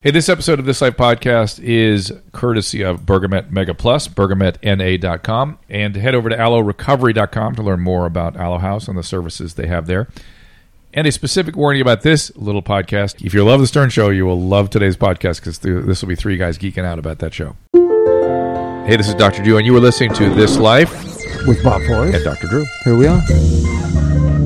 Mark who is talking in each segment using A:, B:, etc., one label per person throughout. A: Hey, this episode of This Life Podcast is courtesy of Bergamet Mega Plus, bergametna.com, and head over to allorecovery.com to learn more about Allo House and the services they have there. And a specific warning about this little podcast. If you love The Stern Show, you will love today's podcast because this will be three guys geeking out about that show. Hey, this is Dr. Drew, and you are listening to This Life
B: with Bob Forrest.
A: and Dr. Drew.
B: Here we are.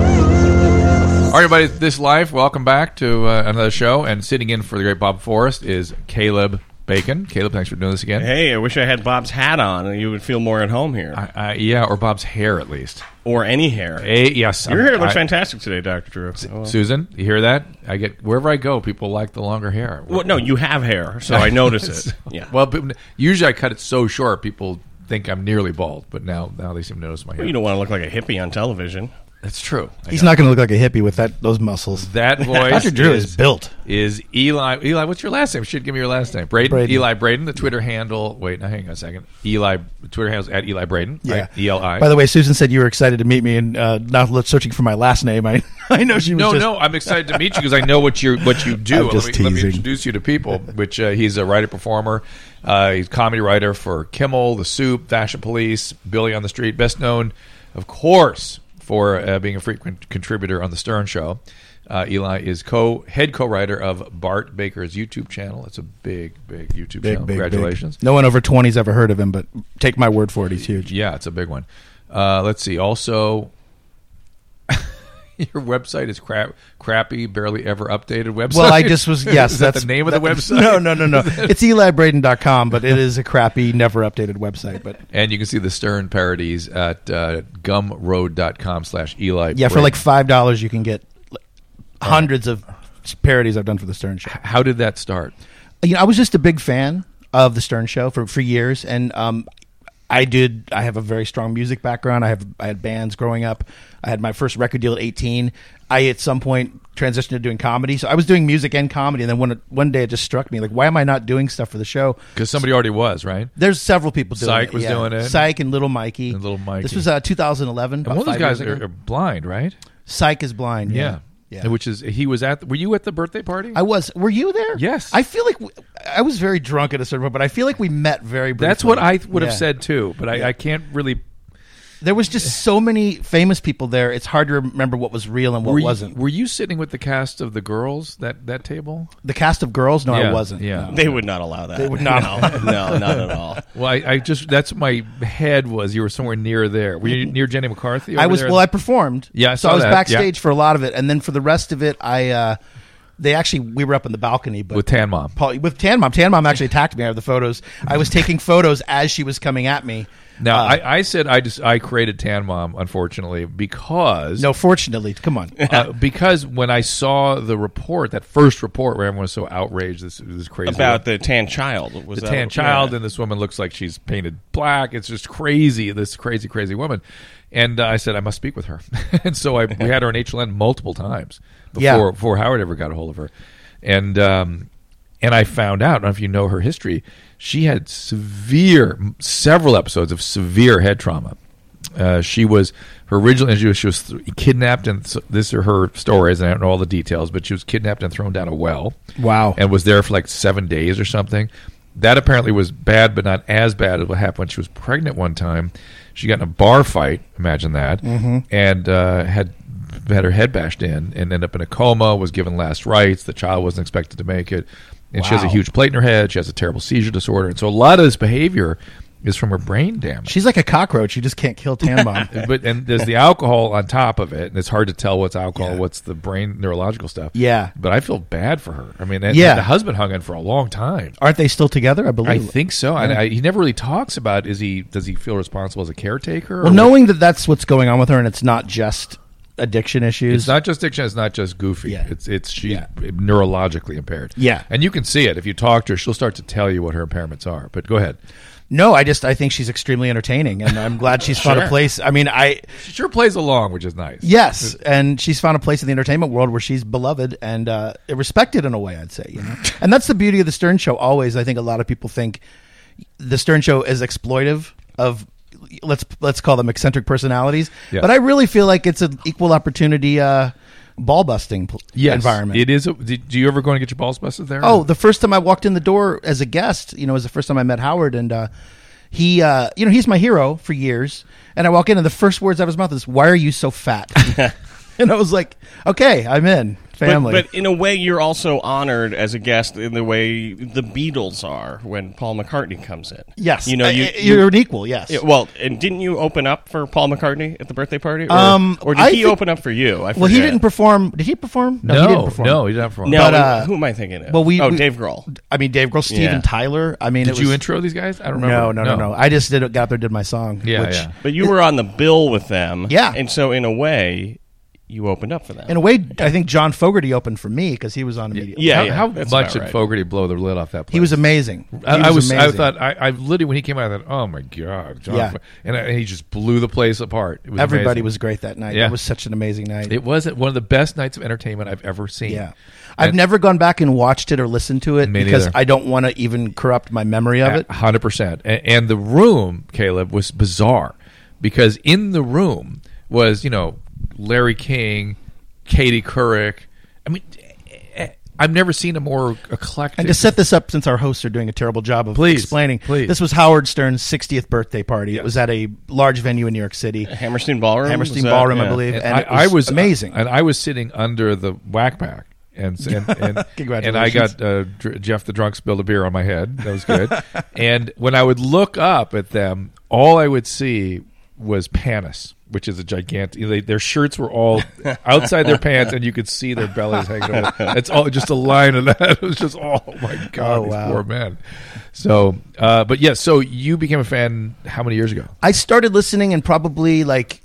A: All right, everybody, This Life, welcome back to uh, another show. And sitting in for the great Bob Forrest is Caleb Bacon. Caleb, thanks for doing this again.
C: Hey, I wish I had Bob's hat on, and you would feel more at home here.
A: I, I, Uh, yeah, or Bob's hair at least.
C: or any hair.
A: Eh, yes,
C: Your
A: I'm-
C: hair looks
A: I-
C: fantastic today, Doctor Drew. Oh, well.
A: Susan, you hear that? I get wherever I go, people like the longer hair.
C: Well, no, you have hair, so I notice it. Yeah.
A: Well, but usually I cut it so short, people think I'm nearly bald. But now, now they seem to notice my hair.
C: you don't want to look like a hippie on television.
A: That's true. I
B: He's
A: know.
B: not going to look like a hippie with that those muscles.
A: That voice.
B: Dr. Drew is built.
A: Is Eli? Eli, what's your last name? Should give me your last name. Braden.
B: Braden.
A: Eli Braden. The Twitter handle. Wait, now hang on a second. Eli. Twitter handle at Eli Braden.
B: Yeah.
A: Right? E Eli.
B: By the way, Susan said you were excited to meet me, and uh, not look- searching for my last name. I I know she was.
A: No,
B: just,
A: no, I'm excited to meet you because I know what you what you do.
B: I'm
A: Let
B: just
A: me- let, me,
B: teasing.
A: introduce you to people. Which uh, he's a writer performer. Uh, he's a comedy writer for Kimmel, The Soup, Fashion Police, Billy on the Street. Best known, of course, for uh, being a frequent contributor on the Stern Show. Uh, Eli is co head co writer of Bart Baker's YouTube channel. It's a big, big YouTube
B: Big,
A: channel.
B: big,
A: Congratulations.
B: big. No one over twenty's ever heard of him, but take my word for it, he's huge.
A: Yeah, it's a big one. Uh, let's see. Also, your website is crap, crappy, barely ever updated website.
B: Well, I just was yes.
A: is that
B: that's
A: the name of the
B: that-
A: website.
B: No, no, no, no. it's elibraden.com, but it is a crappy, never updated website. But
A: And you can see the Stern parodies at uh, gumroad.com slash Eli.
B: yeah, for
A: Brady.
B: like five dollars, you can get like, hundreds of parodies I've done for the Stern Show.
A: how did that start?
B: you know, I was just a big fan of the Stern Show for for years, and um, I did. I have a very strong music background. I have I had bands growing up. I had my first record deal at eighteen. I at some point transitioned to doing comedy, so I was doing music and comedy. And then one one day, it just struck me like, why am I not doing stuff for the show?
A: Because somebody already was, right?
B: There's several people doing
A: Syke
B: it.
A: was doing it.
B: Syke and Little Mikey.
A: And Little Mikey.
B: This was uh, 2011.
A: And
B: about
A: one of those
B: five
A: guys
B: years
A: are,
B: ago.
A: are blind, right?
B: Syke is blind.
A: Yeah.
B: yeah.
A: And Which is, he was at, were you at the birthday party?
B: I was. Were you there?
A: Yes.
B: I feel like w I I was very drunk at a certain point, but I feel like we met very. Briefly.
A: That's what I would have
B: Yeah.
A: said too, but I, I can't really.
B: There was just so many famous people there. It's hard to remember what was real and what
A: were
B: wasn't.
A: You, were you sitting with the cast of the girls, that, that table?
B: the cast of girls? No,
A: Yeah,
B: I wasn't.
A: yeah.
C: They would not allow that. They
B: would not
C: No, no, not at all.
A: Well, I, I just that's what my head was. You were somewhere near there. Were you near Jenny McCarthy?
B: Mm-hmm. I
A: over
B: was.
A: there?
B: Well, I performed.
A: Yeah, I
B: so
A: saw
B: I was
A: that,
B: backstage
A: yeah.
B: for a lot of it, and then for the rest of it, I uh, they actually we were up in the balcony, but
A: with Tan Mom.
B: Paul, with Tan Mom. Tan Mom actually attacked me. I have the photos. I was taking photos as she was coming at me.
A: Now,
B: uh,
A: I, I said I just I created Tan Mom, unfortunately, because
B: No, fortunately, come on.
A: uh, because when I saw the report, that first report where everyone was so outraged, this this crazy
C: About the tan child. Was
A: the
C: that-
A: tan child,
C: yeah.
A: and this woman looks like she's painted black. It's just crazy. This crazy, crazy woman. And uh, I said I must speak with her, and so I we had her on HLN multiple times before
B: Yeah.
A: before Howard ever got a hold of her, and um, and I found out. I don't know if you know her history. She had severe, several episodes of severe head trauma. Uh, she was her original injury. was She was th- kidnapped, and th- this are her stories, and I don't know all the details. But she was kidnapped and thrown down a well
B: Wow.
A: and was there for like seven days or something. That apparently was bad, but not as bad as what happened when she was pregnant one time. She got in a bar fight, imagine that,
B: Mm-hmm.
A: and uh, had had her head bashed in and ended up in a coma, was given last rites. The child wasn't expected to make it. And she has a
B: Wow.
A: huge plate in her head. She has a terrible seizure disorder. And so a lot of this behavior is from her brain damage.
B: She's like a cockroach. You just can't kill Tan Mom.
A: But and there's the alcohol on top of it, and it's hard to tell what's alcohol, what's the brain neurological stuff.
B: Yeah.
A: But I feel bad for her. I mean, and-
B: Yeah.
A: and the husband hung in for a long time.
B: Aren't they still together? I believe.
A: I think so. And I, he never really talks about is he does he feel responsible as a caretaker? or
B: Well, knowing that that's what's going on with her, and it's not just addiction issues.
A: It's not just diction. It's not just goofy.
B: Yeah.
A: It's it's she's
B: Yeah.
A: neurologically impaired.
B: Yeah.
A: and you can see it if you talk to her. She'll start to tell you what her impairments are. But go ahead.
B: no, I just I think she's extremely entertaining, and I'm glad she's found a
C: Sure.
B: place. I mean, I
A: She sure plays along, which is nice.
B: yes, and she's found a place in the entertainment world where she's beloved and uh, respected in a way. I'd say, you know, and that's the beauty of the Stern Show. Always, I think a lot of people think the Stern Show is exploitive of let's let's call them eccentric personalities,
A: Yeah.
B: but I really feel like it's an equal opportunity uh, ball busting pl-
A: Yes,
B: environment.
A: It is. A, did, do you ever go in and get your balls busted there?
B: Oh, the first time I walked in the door as a guest, you know, was the first time I met Howard, and uh, he, uh, you know, he's my hero for years. And I walk in, and the first words out of his mouth is, "Why are you so fat?" and I was like, "Okay, I'm in family."
C: But, but in a way, you're also honored as a guest in the way the Beatles are when Paul McCartney comes in.
B: yes,
C: you know
B: I-
C: you.
B: I- you're an equal. Yes.
C: yeah, well, and didn't you open up for Paul McCartney at the birthday party, or,
B: Um,
C: or did
B: I
C: he
B: thi-
C: open up for you? I
B: well, he
C: forget.
B: didn't perform. Did he perform?
A: no,
B: he didn't perform.
A: no, he didn't. perform.
C: No,
B: But, uh,
C: who am I thinking of?
B: Well, we.
C: oh
B: we-
C: Dave Grohl.
B: I mean, Dave Grohl, Steven
C: Yeah.
B: Tyler. I mean,
A: did
B: it
A: you
B: was-
A: intro these guys? I don't
B: No,
A: remember.
B: no, no, no. I just did got up there, did my song.
A: Yeah,
B: which,
A: yeah.
C: But you were on the bill with them,
B: Yeah.
C: And so, in a way, you opened up for them.
B: In a way, I think John Fogerty opened for me because he was on immediately.
C: yeah,
A: how,
C: yeah,
A: how
C: that's
A: much
C: about
A: did
C: right.
A: Fogarty blow the lid off that place?
B: He was amazing. He
A: I, I was. I
B: amazing.
A: thought. I, I literally when he came out, I thought, "Oh my god, John!"
B: Yeah.
A: Fo- And, I, and he just blew the place apart. It was
B: Everybody
A: amazing.
B: was great that night.
A: Yeah.
B: It was such an amazing night.
A: It was one of the best nights of entertainment I've ever seen.
B: yeah. I've never gone back and watched it or listened to it
A: Me
B: because
A: neither.
B: I don't want to even corrupt my memory of it.
A: Hundred percent. And the room, Caleb, was bizarre because in the room was you know Larry King, Katie Couric. I mean, eh, I've never seen a more eclectic.
B: And to set this up, since our hosts are doing a terrible job of
A: Please,
B: explaining,
A: please.
B: this was Howard Stern's 60th birthday party. It was at a large venue in New York City,
C: Hammerstein Ballroom.
B: Hammerstein
C: was that-
B: Ballroom, I
C: yeah.
B: believe. And,
A: and I,
B: it was uh,
A: I was
B: amazing.
A: and I was sitting under the whack pack. And and and,
B: Congratulations.
A: and I got uh, Dr- Jeff the drunk spilled a beer on my head. That was good. and when I would look up at them, all I would see was panis, which is a gigantic. They, their shirts were all outside their pants, and you could see their bellies hanging. over. It's all just a line of that. It was just oh my god,
B: Oh,
A: these
B: wow.
A: poor man. So, uh, but yeah, so you became a fan how many years ago?
B: I started listening in probably like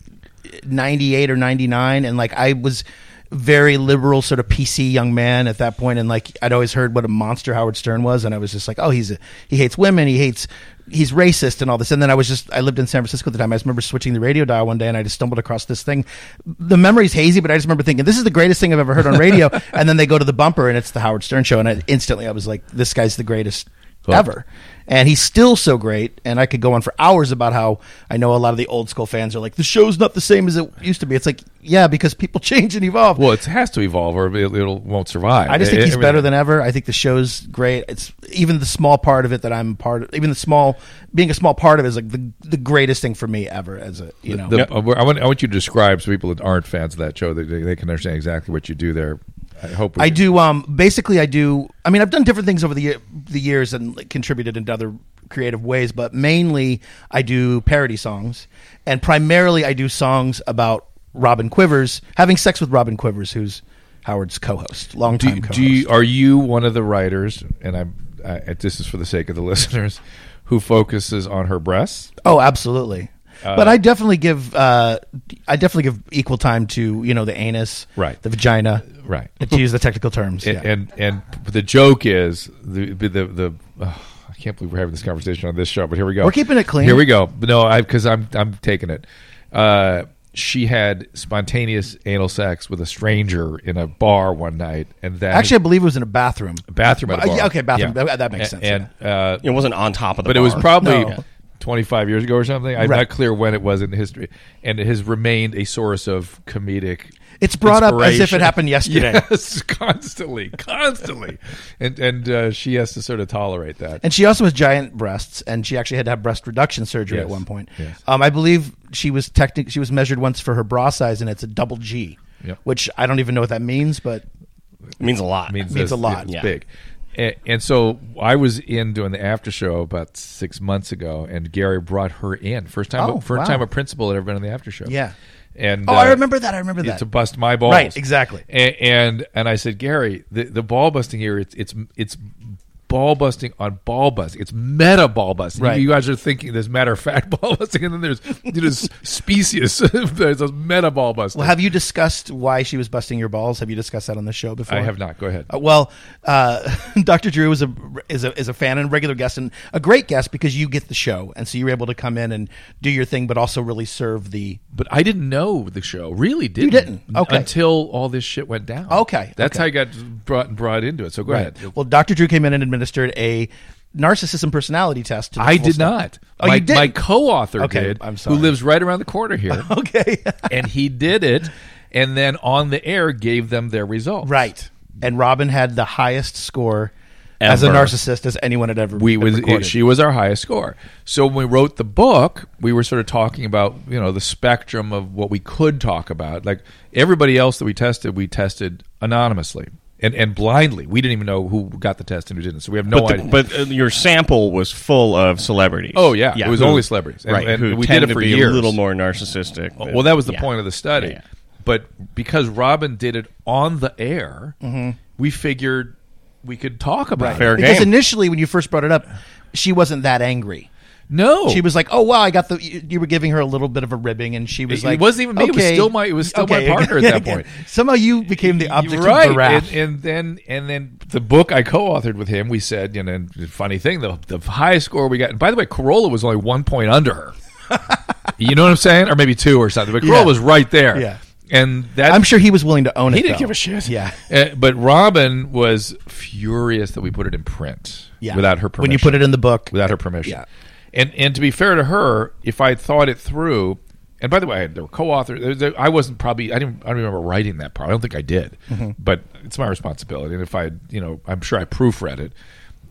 B: 98 or 99 and like I was very liberal sort of PC young man at that point and like I'd always heard what a monster Howard Stern was and I was just like oh he's a, he hates women he hates he's racist and all this and then I was just I lived in San Francisco at the time I just remember switching the radio dial one day and I just stumbled across this thing the memory's hazy but I just remember thinking this is the greatest thing I've ever heard on radio and then they go to the bumper and it's the Howard Stern show and I, instantly I was like this guy's the greatest
A: Cool.
B: ever and he's still so great. And I could go on for hours about how I know a lot of the old school fans are like, the show's not the same as it used to be. It's like, yeah, because people change and evolve.
A: Well, eh, it has to evolve, or it, it won't survive. E,
B: I just think
A: It-
B: he's
A: it-
B: better than ever. I think the show's great. It's even the small part of it that I'm part of, even the small being a small part of it is like the, the greatest thing for me ever as a you know.
A: The, uh, I, want, I want you to describe so people that aren't fans of that show that they, they can understand exactly what you do there. I hope we,
B: I do. Um, basically, I do. I mean, I've done different things over the year, the years and like, contributed in other creative ways, but mainly I do parody songs, and primarily I do songs about Robin Quivers having sex with Robin Quivers, who's Howard's co-host,
A: Do,
B: longtime co-host.
A: do you, are you one of the writers? And I'm. I, this is for the sake of the listeners, who focuses on her breasts.
B: oh, absolutely.
A: Uh,
B: but I definitely give uh, I definitely give equal time to you know the anus,
A: Right.
B: The vagina,
A: Right.
B: To use the technical terms,
A: And
B: yeah.
A: and, and the joke is the the the. the ugh, I can't believe we're having this conversation on this show, but here we go.
B: We're keeping it clean.
A: Here we go. But No, I because I'm I'm taking it. Uh, she had spontaneous anal sex with a stranger in a bar one night, and that
B: Actually, I believe it was in a bathroom.
A: bathroom at a
B: Uh,
A: bar.
B: yeah, okay, bathroom. That- that makes
A: And-
B: sense,
A: And uh,
C: It wasn't on top of the.
A: but it was
C: bar.
A: probably
B: No.
A: 25 years ago or something. I'm
B: Right.
A: not clear when it was in history, and it has remained a source of comedic.
B: It's brought up as if
A: inspiration.
B: it happened yesterday.
A: Yes, constantly, constantly, and and uh, she has to sort of tolerate that.
B: And she also has giant breasts, and she actually had to have breast reduction surgery
A: Yes.
B: at one point.
A: Yes.
B: Um, I believe she was technic- she was measured once for her bra size, and it's a double G,
A: Yep.
B: which I don't even know what that means, but
C: It means a lot.
A: means,
B: means
A: this-
B: a lot.
A: It's
C: Yeah.
A: big. And, and so I was in doing the after show about six months ago, and Gary brought her in first time.
B: Oh,
A: first
B: wow.
A: time a principal had ever been on the after show.
B: Yeah.
A: And
B: oh, I remember that. I remember that.
A: to bust my balls.
B: Right, exactly.
A: A- And and, I said, Gary, the, the ball busting here, it's it's it's ball busting on ball busting. It's meta ball busting.
B: Right.
A: You guys are thinking there's matter of fact ball busting, and then there's dude, there's species. there's those meta ball busting.
B: Well, have you discussed why she was busting your balls? Have you discussed that on the show before?
A: I have not. Go ahead.
B: Uh, well, uh, Dr. Drew is a is a is a fan and regular guest and a great guest because you get the show and so you're able to come in and do your thing, but also really serve the
A: But I didn't know the show. Really didn't.
B: didn't? Okay.
A: Until all this shit went down.
B: Okay,
A: That's
B: okay.
A: how I got brought brought into it. So go ahead.
B: Well, Dr. Drew came in and administered a narcissism personality test. To the
A: I
B: full
A: did
B: staff.
A: not.
B: Oh,
A: my,
B: you did.
A: My co-author
B: Okay,
A: did.
B: I'm sorry.
A: Who lives right around the corner here,
B: okay.
A: and he did it, and then on the air gave them their results.
B: right. And Robin had the highest score as a
A: Ever.
B: narcissist as anyone had ever.
A: we
B: been
A: was eh,
B: recorded.
A: she was our highest score. So when we wrote the book, we were sort of talking about you know the spectrum of what we could talk about. Like everybody else that we tested, we tested anonymously and and blindly. We didn't even know who got the test and who didn't. So we have no
C: but,
A: idea.
C: the, but uh, your sample was full of celebrities.
A: Oh, yeah. It was
C: who-
A: only celebrities. And-
C: right?
A: and
C: who
A: we
C: tend
A: did it
C: to
A: for
C: be
A: years.
C: a little more narcissistic. than-
A: well, that was the
C: yeah.
A: point of the study.
C: Yeah, yeah.
A: But because Robin did it on the air, we figured we could talk about it.
C: Mm-hmm. Fair
B: because
C: game.
B: initially when you first brought it up, she wasn't that angry.
A: No,
B: She was like, "Oh wow, I got the." You, you were giving her a little bit of a ribbing, and she was
A: It- it
B: like,
A: wasn't even me. It was
B: okay,
A: still my- it was still my partner at that point.
B: Somehow you became the object
A: right.
B: of her wrath.
A: And, and then and then the book I co-authored with him, we said, and then the funny thing, the the highest score we got. And by the way, Corolla was only one point under her. you know what I'm saying, or maybe two or something. But Corolla
B: Yeah.
A: was right there.
B: Yeah.
A: and that
B: I'm sure he was willing to own it.
A: he didn't
B: though.
A: give a shit.
B: Yeah.
A: Uh, but Robin was furious that we put it in print
B: Yeah.
A: without her permission.
B: When you put it in the book,
A: without her permission.
B: Yeah.
A: And and to be fair to her, if I had thought it through, and by the way, I had- there were co-authors. there- there- I wasn't probably I didn't I don't remember writing that part. I don't think I did,
B: Mm-hmm.
A: but it's my responsibility. And if I you know I'm sure I proofread it,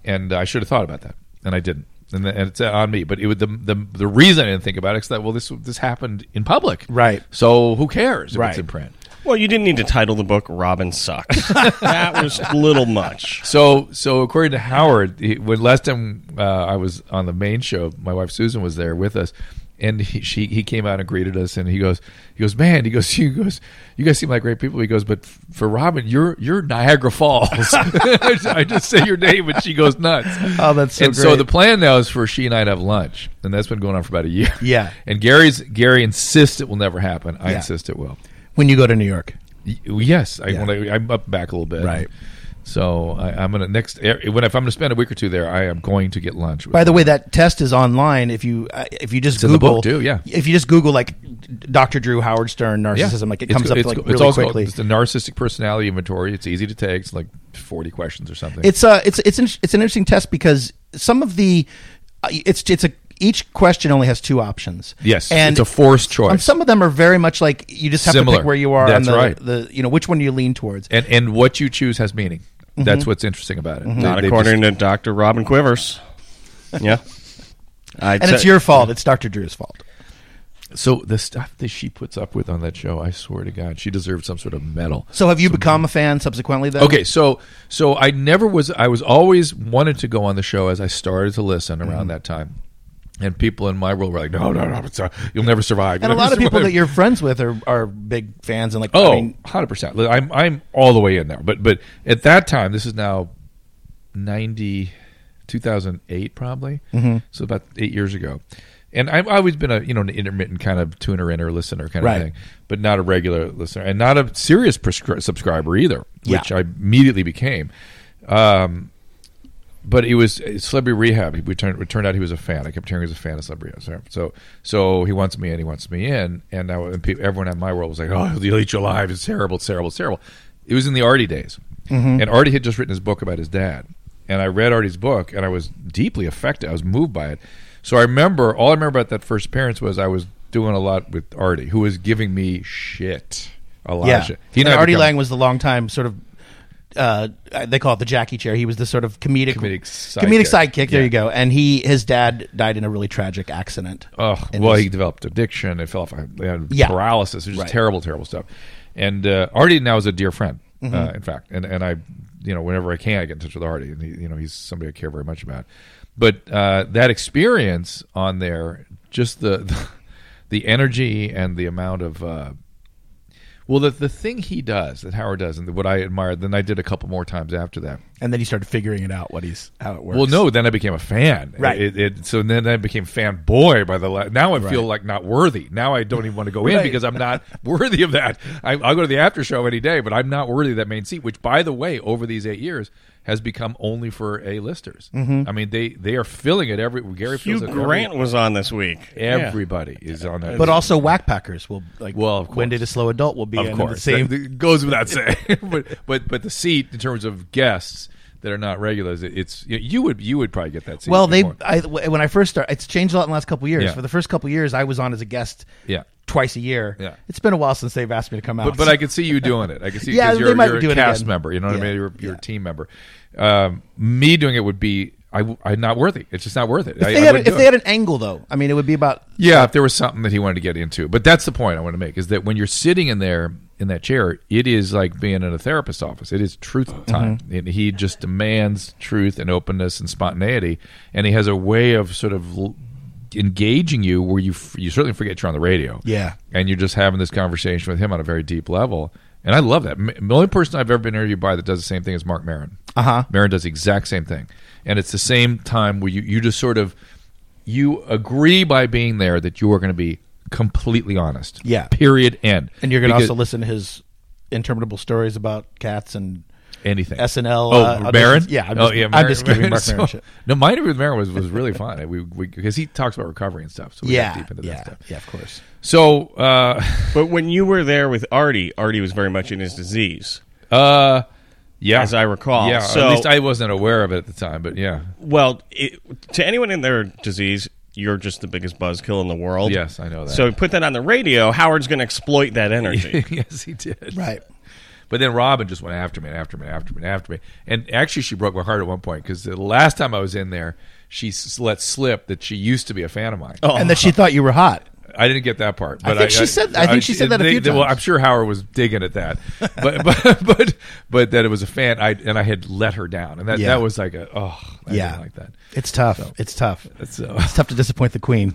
A: and I should have thought about that, and I didn't. And, the- and it's on me. But it would the, the the reason I didn't think about it is that well this this happened in public,
B: Right.
A: So who cares if
B: Right.
A: it's in print?
C: Well, you didn't need to title the book "Robin Sucks." that was a little much.
A: So, so according to Howard, he, when last time uh, I was on the main show, my wife Susan was there with us, and he, she he came out and greeted us, and he goes, he goes, man, he goes, he goes, you guys seem like great people. He goes, but f- for Robin, you're you're Niagara Falls. I just- I just say your name, and she goes nuts.
B: Oh, that's so
A: and so
B: great.
A: the plan now is for she and I to have lunch, and that's been going on for about a year.
B: Yeah.
A: and Gary's Gary insists it will never happen. I
B: Yeah.
A: insist it will.
B: when you go to New York,
A: Y- Yes, I
B: Yeah.
A: want to. I'm up back a little bit,
B: Right.
A: So I, I'm gonna next eh, when if I'm gonna spend a week or two there, I am going to get lunch. with
B: By the
A: them.
B: way, that test is online. If you uh, if you just
A: in the
B: Google,
A: book, too, yeah.
B: If you just Google like Dr. Drew Howard Stern
A: Yeah.
B: narcissism, like it
A: It's
B: comes
A: go-
B: up
A: it's
B: like
A: go-
B: really
A: it's also
B: quickly.
A: Called, it's the narcissistic personality inventory. It's easy to take. It's like 40 questions or something.
B: It's uh, it's it's an, it's an interesting test because some of the uh, it's it's a each question only has two options.
A: Yes, it's a forced choice.
B: And some of them are very much like you just have to
A: Similar.
B: pick where you are.
A: That's
B: and the,
A: right.
B: The you know which one do you lean towards?
A: and and what you choose has meaning.
B: Mm-hmm.
A: That's what's interesting about it. They-
C: Not
A: they
C: according
A: just-
C: to Doctor Robin Quivers. Yeah, I
B: And it's your fault. It's Dr. Drew's fault.
A: so the stuff that she puts up with on that show. I swear to God, she deserves some sort of medal.
B: So have you become a fan subsequently? Then
A: Okay, so so I never was. I was always wanted to go on the show as I started to listen around that time, and people in my world were like, "No, no, no, it's, uh, you'll never survive."
B: And a lot of people that you're friends with are, are big fans and like I
A: oh,
B: mean,
A: 100 percent. I'm I'm all the way in there. But but at that time, this is now 90, 2008 probably. So about eight years ago. And I've always been a you know an intermittent kind of tuner in or listener kind of
B: Right.
A: thing, but not a regular listener and not a serious prescri- subscriber either,
B: Yeah.
A: which I immediately became. Um, but it was uh, Celebrity Rehab. It turned, it turned out he was a fan. I kept hearing he was a fan of Celebrity Rehab. So, so he wants me in. He wants me in. And now and pe- everyone in my world was like, "Oh, they'll eat you alive. It's terrible. It's terrible. It's terrible." It was in the Artie days,
B: Mm-hmm.
A: and Artie had just written his book about his dad. And I read Artie's book, and I was deeply affected. I was moved by it. So I remember all I remember about that first appearance was I was doing a lot with Artie, who was giving me shit, a lot
B: yeah.
A: of shit.
B: and
A: I
B: Artie
A: become-
B: Lang was the long time sort of. Uh, they call it the Jackie chair. He was the sort of comedic
A: Comedic
B: comedic
A: sidekick.
B: sidekick. There
A: Yeah.
B: you go. And he his dad died in a really tragic accident.
A: Oh,
B: And
A: well,
B: his-
A: he developed addiction. It fell off. They had
B: Yeah.
A: paralysis. It was just
B: Right.
A: terrible, terrible stuff. And uh, Artie now is a dear friend,
B: Mm-hmm.
A: uh, in fact. And and I, you know, whenever I can, I get in touch with Artie. And he, you know, he's somebody I care very much about. But uh, that experience on there, just the the, the energy and the amount of. Uh, Well, the, the thing he does that Howard does, and what I admired, then I did a couple more times after that.
B: And then you started figuring it out what he's how it works.
A: Well, no, then I became a fan.
B: Right.
A: It, it, so then I became fanboy by the la- now I feel like not worthy. Now I don't even want to go in
B: Right.
A: because I'm not worthy of that. I, I'll go to the after show any day, but I'm not worthy of that main seat. Which, by the way, over these eight years has become only for A listers.
B: Mm-hmm.
A: I mean, they they are filling it every. Gary
C: Hugh
A: fills it
C: Grant was on this week.
A: Every, everybody is on that.
B: But also whackpackers will like
A: Well, of
B: when
A: course.
B: did a slow adult will be
A: of
B: in
A: course,
B: the same
A: That- that goes without saying. but but but the seat in terms of guests that are not regulars, it, it's you- you would you would probably get that seat.
B: Well,
A: if
B: they
A: you want.
B: I, w- when I first started, it's changed a lot in the last couple of years.
A: Yeah.
B: For the first couple of years, I was on as a guest,
A: Yeah.
B: twice a year.
A: Yeah.
B: It's been a while since they've asked me to come out.
A: But, but I could see you doing it. I could see
B: Yeah,
A: because
B: they
A: you're,
B: might
A: you're
B: do
A: a
B: it
A: cast
B: again.
A: member. You know what I
B: Yeah,
A: mean? You're, you're a team member. Um, me doing it would be I, am not worthy. It's just not worth it.
B: if
A: I-
B: they,
A: I
B: had,
A: wouldn't
B: if
A: do
B: they
A: it.
B: had an angle though, I mean, it would be about
A: yeah, if there was something that he wanted to get into. But that's the point I want to make is that when you're sitting in there in that chair, it is like being in a therapist's office. It is truth time.
B: Mm-hmm.
A: And he just demands truth and openness and spontaneity, and he has a way of sort of l- engaging you where you f- you certainly forget you're on the radio.
B: Yeah.
A: and you're just having this conversation with him on a very deep level. And I love that. M- The only person I've ever been interviewed by that does the same thing is Mark Maron. Uh
B: Uh-huh.
A: huh. Maron does the exact same thing, and it's the same time where you you just sort of you agree by being there that you are going to be completely honest.
B: Yeah.
A: Period. End.
B: and you're going to
A: Because-
B: also listen to his interminable stories about cats and
A: anything.
B: SNL,
A: Oh,
B: uh,
A: Maron.
B: auditions. Yeah, I'm
A: oh,
B: just-
A: yeah.
B: I'm just giving Mark Maron shit.
A: No, my interview with Maron was, was really fun. We because he talks about recovery and stuff. So we got
B: yeah,
A: deep into
B: yeah,
A: that stuff.
B: yeah, of course.
A: So. Uh,
C: But when you were there with Artie, Artie was very much in his disease.
A: Uh, yeah,
C: As I recall.
A: Yeah,
C: So-
A: at least I wasn't aware of it at the time, but yeah,
C: Well, it, to anyone in their disease, you're just the biggest buzzkill in the world.
A: Yes, I know that.
C: So put that on the radio. Howard's going to exploit that energy.
A: yes, he did.
B: Right.
A: But then Robin just went after me and after me and after me and after me, and actually she broke my heart at one point because the last time I was in there, she s- let slip that she used to be a fan of mine.
B: And that she thought you were hot.
A: I didn't get that part. But
B: think she said- Oh. I think she said that a
A: they-
B: few
A: they- Well,
B: times.
A: I'm sure Howard was digging at that, but but but but that it was a fan. I and I had let her down, and that
B: Yeah.
A: that was like a oh I
B: yeah,
A: didn't like that. uh,
B: It's tough. it's tough. It's,
A: So
B: tough to disappoint the queen.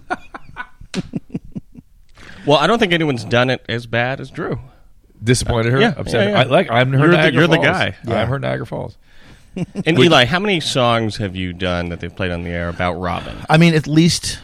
C: well, I don't think anyone's done it as bad as Drew.
A: disappointed her.
C: Yeah,
A: upset.
C: yeah,
A: her.
C: yeah.
A: I, like I'm her.
C: You're the-
A: Niagara
C: you're the
A: Falls.
C: guy.
A: I'm her Niagara Falls.
C: And Eli, how many songs have you done that they've played on the air about Robin?
B: I mean, at least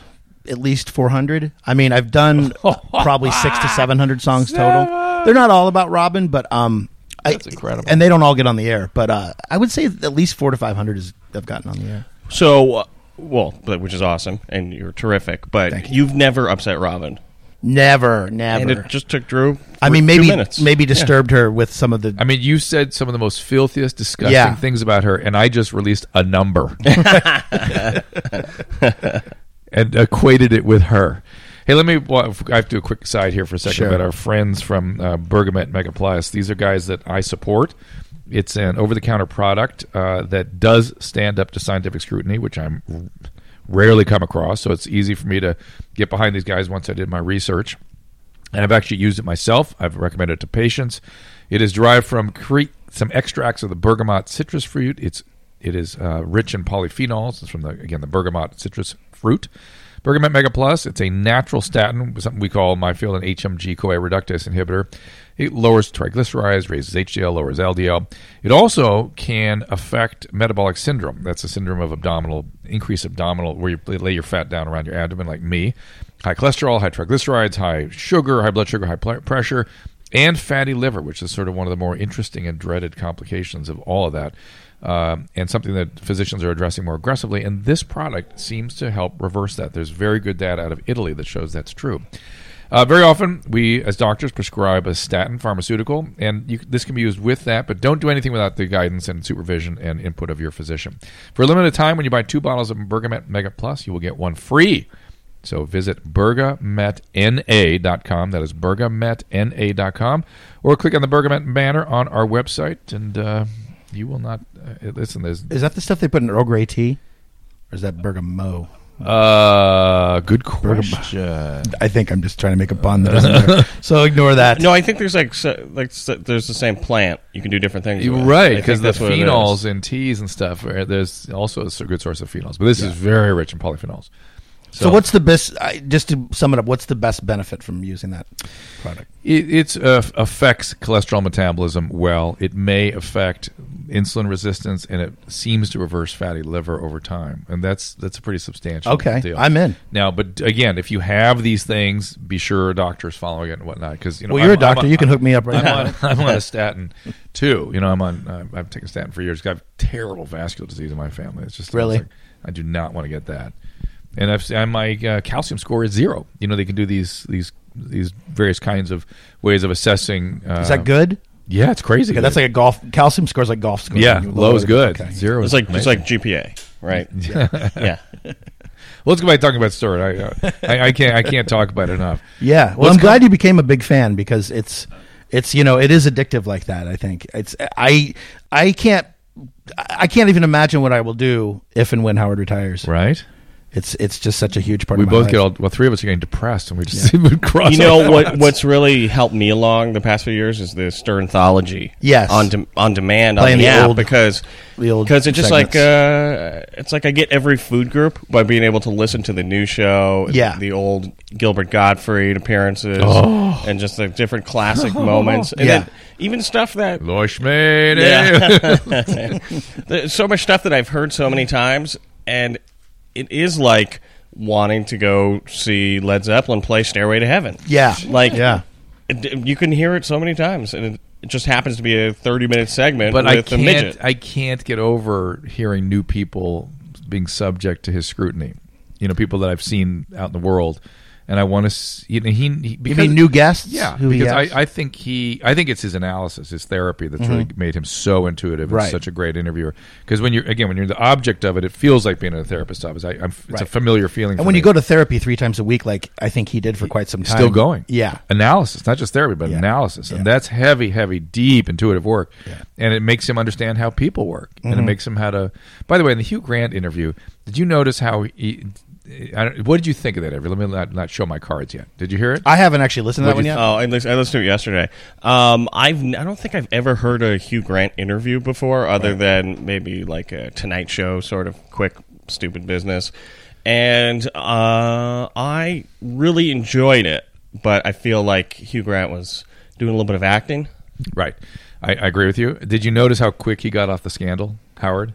B: at least 400. I mean, I've done probably 6 to 700 songs total. They're not all about Robin, but um
A: That's
B: I,
A: incredible.
B: And they don't all get on the air, but uh, I would say at least 4 to 500 is have gotten on the air.
C: So, uh, well, but- which is awesome, and you're terrific. But you. have never upset Robin,
B: Never, never.
C: and it just took Drew.
B: I mean,
C: two
B: maybe
C: minutes.
B: maybe disturbed her with some of the
A: I mean, you said some of the most filthiest, disgusting
B: Yeah.
A: things about her, and I just released a number and equated it with her. Hey, let me. Well, I have to do a quick side here for a second
B: Sure.
A: about our friends from uh, Bergamet Megaplus. These are guys that I support. It's an over-the-counter product uh, that does stand up to scientific scrutiny, which I'm rarely come across. So it's easy for me to get behind these guys once I did my research and I've actually used it myself. I've recommended it to patients. It is derived from cre- some extracts of the bergamot citrus fruit. It's it is uh, rich in polyphenols. It's from the again the bergamot citrus fruit. Bergamot Mega Plus. It's a natural statin, something we call in my field an HMG CoA reductase inhibitor. It lowers triglycerides, raises HDL, lowers LDL. It also can affect metabolic syndrome. That's a syndrome of abdominal increase abdominal where you lay your fat down around your abdomen, like me high cholesterol, high triglycerides, high sugar, high blood sugar, high pl- pressure, and fatty liver, which is sort of one of the more interesting and dreaded complications of all of that, um, and something that physicians are addressing more aggressively. And this product seems to help reverse that. There's very good data out of Italy that shows that's true. Uh, very often, we as doctors prescribe a statin pharmaceutical, and you, this can be used with that, but don't do anything without the guidance and supervision and input of your physician. For a limited time, when you buy two bottles of Bergamet Mega Plus, you will get one free. So visit bergametna.com. That is bergametna.com. Or click on the Bergamet banner on our website, and uh, you will not. Uh, listen, there's.
B: Is that the stuff they put in Earl Grey tea? Or is that bergamo?
A: Uh, good question.
B: I think I'm just trying to make a pun that isn't there. So ignore that.
C: No, I think there's like so, like so, there's the same plant. You can do different things.
A: You're
C: with. I
A: right,
C: think
A: because the
C: that's what it is.
A: phenols in teas and stuff, are, there's also a s- good source of phenols. But this is very rich in polyphenols.
B: So, what's the best? I, just to sum it up, what's the best benefit from using that product?
A: It it's, uh, affects cholesterol metabolism well. It may affect insulin resistance, and it seems to reverse fatty liver over time. And that's that's a pretty substantial
B: Okay,
A: deal.
B: I'm in.
A: Now, but again, if you have these things, be sure a doctor's following it and whatnot. Because you know,
B: Well, you're
A: I'm-
B: a doctor.
A: I'm
B: you can hook me up right
A: I'm
B: now.
A: on, I'm on a statin too. You know, I'm on. Uh, I've taken statin for years. I have terrible vascular disease in my family. It's just
B: Really?
A: it's like, I do not want to get that. And I've and my uh, calcium score is zero. You know, they can do these these these various kinds of ways of assessing. Uh,
B: Is that good?
A: Yeah, it's crazy.
B: Okay, that's like a golf calcium scores like golf scores.
A: yeah,
B: You
A: low is
B: it.
A: good.
B: Okay.
A: Zero
C: It's
A: is
C: like it's
A: amazing.
C: like GPA, right? Yeah. yeah.
A: Well, let's go back to talking about Stewart. I, uh, I I can't I can't talk about it enough.
B: Yeah. Well,
A: Let's
B: I'm
A: go-
B: glad you became a big fan because it's it's you know it is addictive like that. I think it's I I can't I can't even imagine what I will do if and when Howard retires.
A: Right.
B: It's it's just such a huge part.
A: We
B: of my
A: both
B: life.
A: get all well. Three of us are getting depressed, and we just would cross.
C: You
A: our
C: know what?
A: hands.
C: What's really helped me along the past few years is the Sternthology.
B: Yes.
C: on de- on demand
B: Playing
C: on
B: the
C: the, app
B: old-
C: because
B: the old
C: because it's just
B: segments.
C: like uh, it's like I get every food group by being able to listen to the new show,
B: Yeah.
C: the old Gilbert Gottfried appearances, and just the different classic moments, and
B: Oh. Yeah.
C: then even stuff that
A: Lois Schmid, eh?
C: yeah. There's so much stuff that I've heard so many times, and it is like wanting to go see Led Zeppelin play Stairway to Heaven.
B: Yeah.
C: Like,
B: Yeah.
C: it- you can hear it so many times, and it, it just happens to be a 30 minute segment
A: but I
C: with a
A: can't.
C: midget.
A: I can't get over hearing new people being subject to his scrutiny. You know, people that I've seen out in the world, and I want to. You know, he, he
B: You
A: because,
B: mean new guests?
A: Yeah,
B: Who he
A: because
B: asks?
A: I, I think he, I think it's his analysis, his therapy that's really made him so intuitive and
B: Mm-hmm. Right.
A: such a great interviewer. Because when you're again, when you're the object of it, it feels like being in a therapist's office. I, I'm, it's a
B: Right.
A: familiar feeling.
B: and when you go to therapy three times a week, like I think he did for quite some time,
A: still going.
B: Yeah.
A: analysis, not just therapy, but
B: Yeah.
A: analysis, and
B: Yeah.
A: that's heavy, heavy, deep, intuitive work.
B: Yeah. Mm-hmm.
A: And it makes him understand how people work, and it makes him how to. By the way, in the Hugh Grant interview, did you notice how? He, I don't, what did you think of that? Every let me not, not show my cards yet. Did you hear it?
B: I haven't actually listened to that one
A: What'd
B: yet.
C: Oh, I listened, I listened to it yesterday. Um, I've n- I don't think I've ever heard a Hugh Grant interview before, other than maybe like a Tonight Show sort of quick stupid business. And uh, I really enjoyed it, but I feel like Hugh Grant was doing a little bit of acting.
A: Right. I, I agree with you. Did you notice how quick he got off the scandal, Howard?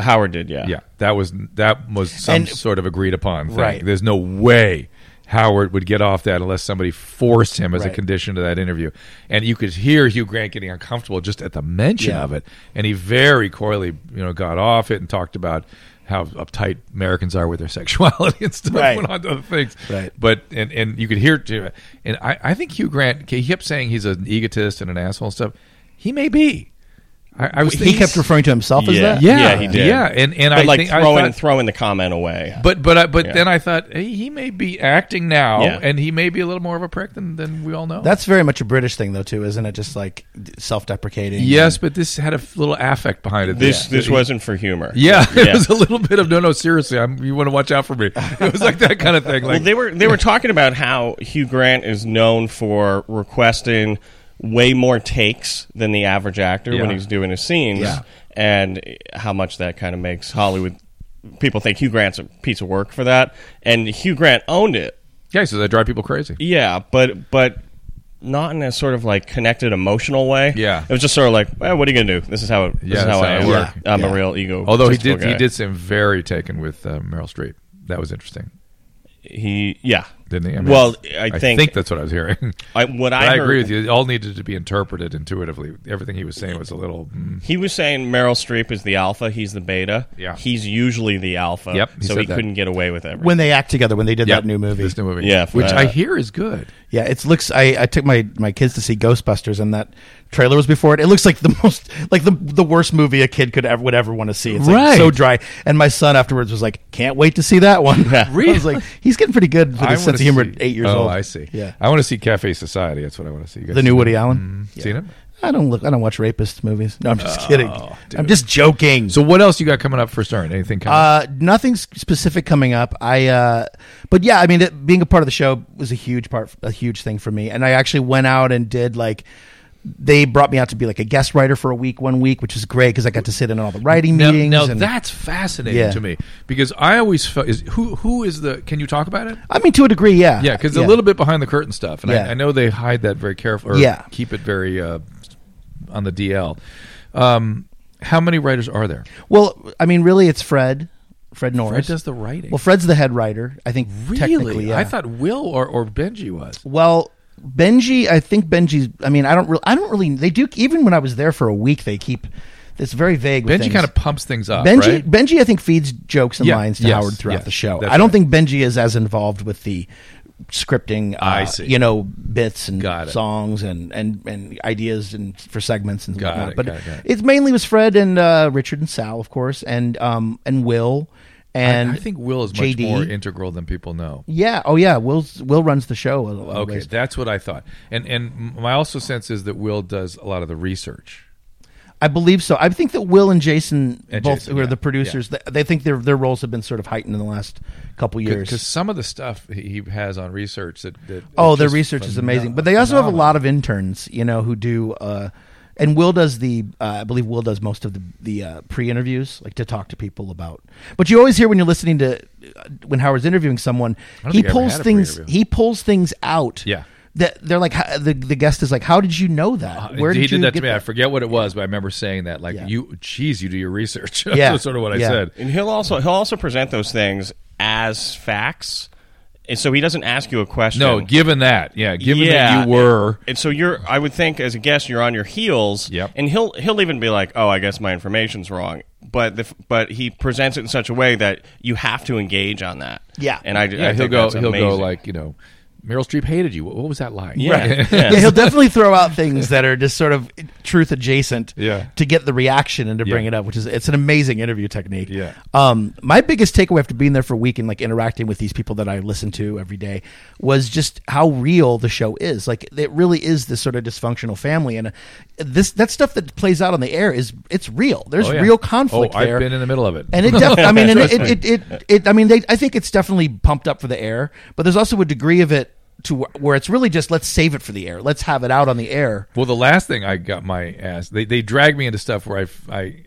C: Howard did, yeah,
A: Yeah, that was that was some
B: And-
A: sort of agreed upon thing.
B: Right.
A: There's no way Howard would get off that unless somebody forced him as a
B: Right.
A: condition to that interview. And you could hear Hugh Grant getting uncomfortable just at the mention
B: Yeah.
A: of it. And he very coyly, you know, got off it and talked about how uptight Americans are with their sexuality and stuff.
B: Right.
A: Went on to other things.
B: Right.
A: But and and you could hear it. And I, I think Hugh Grant he kept saying he's an egotist and an asshole and stuff. He may be. I, I was
B: he
A: thinking-
B: kept referring to himself as that.
A: Yeah,
C: Yeah, he did.
A: yeah, and- and
C: But,
A: I
C: like
A: think- I
C: throwing
A: thought-
C: throwing the comment away.
A: But but I, but
C: Yeah.
A: then I thought hey, he may be acting now,
C: Yeah.
A: and he may be a little more of a prick than, than we all know.
B: That's very much a British thing, though, too, isn't it? Just like self-deprecating.
A: yes, but this had a f- little affect behind it.
C: this
A: Yeah.
C: this wasn't for humor.
A: yeah, it
C: Yeah.
A: was a little bit of no, no, seriously, I'm, you want to watch out for me. It was like that kind of thing. Like
C: well, they were they were talking about how Hugh Grant is known for requesting way more takes than the average actor when
A: Yeah.
C: he's doing his scenes,
B: Yeah.
C: and how much that kind of makes Hollywood people think Hugh Grant's a piece of work for that, and Hugh Grant owned it.
A: yeah, so that drive people crazy.
C: Yeah, but but not in a sort of like connected emotional way.
A: Yeah.
C: it was just sort of like, well, what are you gonna do? This is how it,
A: Yeah,
C: this is
A: that's
C: how
A: how
C: I
A: it
C: am.
A: work.
C: I'm
B: Yeah.
C: a real ego.
A: Although he did
C: guy.
A: he did seem very taken with uh, Meryl Streep. That was interesting,
C: he yeah
A: didn't he? I mean,
C: well I think,
A: that's what I was hearing.
C: I, what
A: But
C: I,
A: I,
C: heard,
A: agree with you. It all needed to be interpreted intuitively. Everything he was saying was a little. mm,
C: He was saying Meryl Streep is the alpha, he's the beta.
A: Yeah.
C: He's usually the alpha.
A: Yep, he
C: so
A: said
C: he
A: that.
C: couldn't get away with everything.
B: When they act together, when they did
A: yep,
B: that new movie.
A: This new movie.
C: Yeah,
A: which
C: uh,
A: I hear is good.
B: Yeah, it looks. I, I took my my kids to see Ghostbusters, and that trailer was before it. It looks like the most like the the worst movie a kid could ever would ever want to see. It's like
A: Right.
B: so dry. And my son afterwards was like, "Can't wait to see that one." I
A: Really?
B: was like, "He's getting pretty good with
A: I
B: his sense of
A: wanna
B: humor."
A: see-
B: at Eight years
A: oh,
B: old.
A: I see.
B: Yeah,
A: I want to see Cafe Society. That's what I want to see. You guys Mm-hmm.
B: the new Woody Allen.
A: Seen it?
B: I don't look. I don't watch rapist movies. No, I'm just
A: Oh,
B: kidding. I'm just joking.
A: So what else you got coming up for Stern? Anything coming?
B: Uh, nothing s- specific coming up. I, uh, but yeah, I mean, it, being a part of the show was a huge part, a huge thing for me. And I actually went out and did like they brought me out to be like a guest writer for a week, one week, which is great because I got to sit in on all the writing
A: Now,
B: meetings.
A: now
B: and,
A: that's fascinating
B: Yeah.
A: to me because I always felt is who who is the can you talk about it?
B: I mean, to a degree, Uh, yeah,
A: Yeah, because a little bit behind the curtain stuff, and I,
B: Yeah.
A: I know they hide that very carefully. or
B: Yeah.
A: keep it very uh, on the DL. Um, how many writers are there?
B: Well, I mean, really, it's Fred, Fred Norris.
A: Fred does the writing.
B: Well, Fred's the head writer, I think. Technically, yeah.
A: I thought Will or, or Benji was.
B: Well, Benji, I think Benji's. I mean, I don't really. I don't really. They do. Even when I was there for a week, they keep. It's very vague. With
A: Benji
B: things.
A: kind of pumps things up.
B: Benji,
A: right?
B: Benji, I think feeds jokes and
A: Yeah,
B: lines to
A: yes,
B: Howard throughout
A: yes,
B: the show.
A: that's
B: I don't
A: right.
B: think Benji is as involved with the scripting. Uh,
A: I see.
B: You know, bits and
A: Got it.
B: songs and, and and ideas and for segments and
A: Got
B: whatnot.
A: it,
B: but
A: got it, got it.
B: mainly was Fred and uh, Richard and Sal, of course, and um and Will and
A: I, I think Will is much
B: JD.
A: more integral than people know.
B: yeah. Oh yeah. Will's Will runs the show. A lot of
A: Okay,
B: ways.
A: that's what I thought. And and my also sense is that Will does a lot of the research.
B: I believe so. I think that Will and Jason,
A: And
B: both
A: Jason,
B: who are
A: yeah,
B: the producers, th they think their their roles have been sort of heightened in the last couple years.
A: Because some of the stuff he he has on research that, that
B: oh, their
A: just
B: research is amazing.
A: phenom-
B: But they also have a
A: phenomenal.
B: lot of interns, you know, who do. Uh, and Will does the, uh, I believe Will does most of the the uh, pre interviews, like to talk to people about. But you always hear when you're listening to uh, when Howard's interviewing someone,
A: don't
B: he
A: think I ever
B: pulls
A: had a
B: things
A: pre-interview.
B: he pulls things out.
A: Yeah.
B: that they're like how- the the guest is like, how did you know that? Where
A: Uh, he
B: did, you
A: did that to
B: get
A: me. I forget what it was, but I remember saying that like
B: Yeah.
A: you, geez, you do your research. That's
B: Yeah.
A: sort of what I
B: Yeah.
A: said.
C: And he'll also he'll also present those things as facts, and so he doesn't ask you a question.
A: No, given that, yeah, given
C: yeah,
A: that you were,
C: And, and so you're. I would think as a guest, you're on your heels.
A: Yep.
C: And he'll he'll even be like, "Oh, I guess my information's wrong," but the, f- but he presents it in such a way that you have to engage on that.
B: Yeah.
C: And I,
A: yeah,
C: I
A: uh, he'll
C: think
A: go,
C: that's
A: he'll go
C: amazing.
A: like, you know, Meryl Streep hated you. What, what was that like?
C: Yeah.
A: Right.
C: yeah.
B: yeah, he'll definitely throw out things that are just sort of truth adjacent
A: Yeah.
B: to get the reaction and to bring
A: Yeah.
B: it up, which is it's an amazing interview technique.
A: Yeah.
B: Um, my biggest takeaway after being there for a week and like interacting with these people that I listen to every day was just how real the show is. Like it really is this sort of dysfunctional family, and uh, this that stuff that plays out on the air is it's real. There's
A: Oh, yeah.
B: real conflict
A: Oh,
B: there.
A: I've been in the middle of it.
B: And it, def- I mean, and it, it, it, it, I mean, they, I think it's definitely pumped up for the air, but there's also a degree of it to wh- where it's really just let's save it for the air, let's have it out on the air.
A: Well, the last thing I got my ass they they dragged me into stuff where I I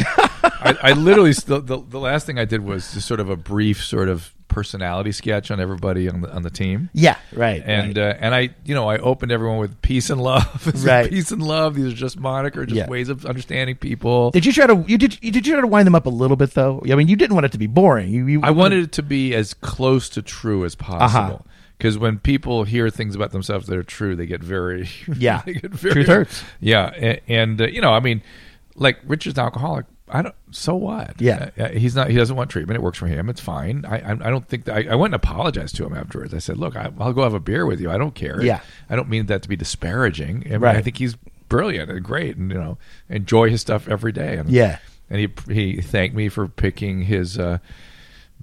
A: I, I literally the, the the last thing I did was just sort of a brief sort of personality sketch on everybody on the on the team.
B: Yeah, right.
A: And uh, and I you know I opened everyone with peace and love. It's like,
B: Right.
A: Peace and love. These are just moniker, just
B: Yeah.
A: ways of understanding people.
B: did you try to you did you, did you try to wind them up a little bit though? I mean, you didn't want it to be boring. You, you Uh-huh.
A: I wanted it to be as close to true as possible. Because when people hear things about themselves that are true, they get very
B: Yeah.
A: they get very,
B: Truth hurts.
A: Yeah, and, and uh, you know, I mean, like Richard's an alcoholic. I don't. So what?
B: Yeah.
A: Uh, he's not. He doesn't want treatment. It works for him. It's fine. I I, I don't think that, I, I went and apologized to him afterwards. I said, look, I, I'll go have a beer with you. I don't care.
B: Yeah.
A: I don't mean that to be disparaging. I, mean,
B: Right.
A: I think he's brilliant and great, and you know, enjoy his stuff every day. And
B: Yeah.
A: and he he thanked me for picking his uh,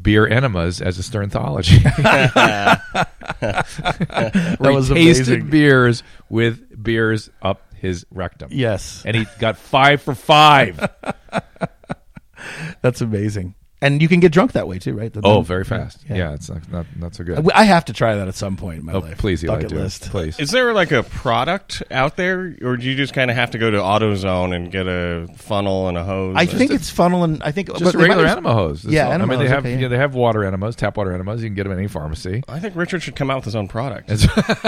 A: beer enemas as a sternthology. that
B: was
A: tasted
B: amazing.
A: beers with beers up his rectum.
B: Yes.
A: and he got five for five.
B: that's amazing. And you can get drunk that way too, right? The-
A: oh,
B: the-
A: very fast. Yeah,
B: Yeah.
A: it's not, not not so good.
B: I- I have to try that at some point in my
A: oh,
B: life.
A: please, Eli,
B: bucket
A: do it.
B: list.
A: Please.
C: Is there like a product out there, or do you just kind of have to go to AutoZone and get a funnel and a hose?
B: I think it's funnel and I think but
A: Just
B: they
A: a
B: might
A: regular
B: have-
A: enema hose. That's
B: Yeah,
A: all. I
B: enema
A: mean they
B: hose,
A: have
B: okay,
A: you know,
B: yeah.
A: they have water enemas, tap water enemas. You can get them at any pharmacy.
C: I think Richard should come out with his own product.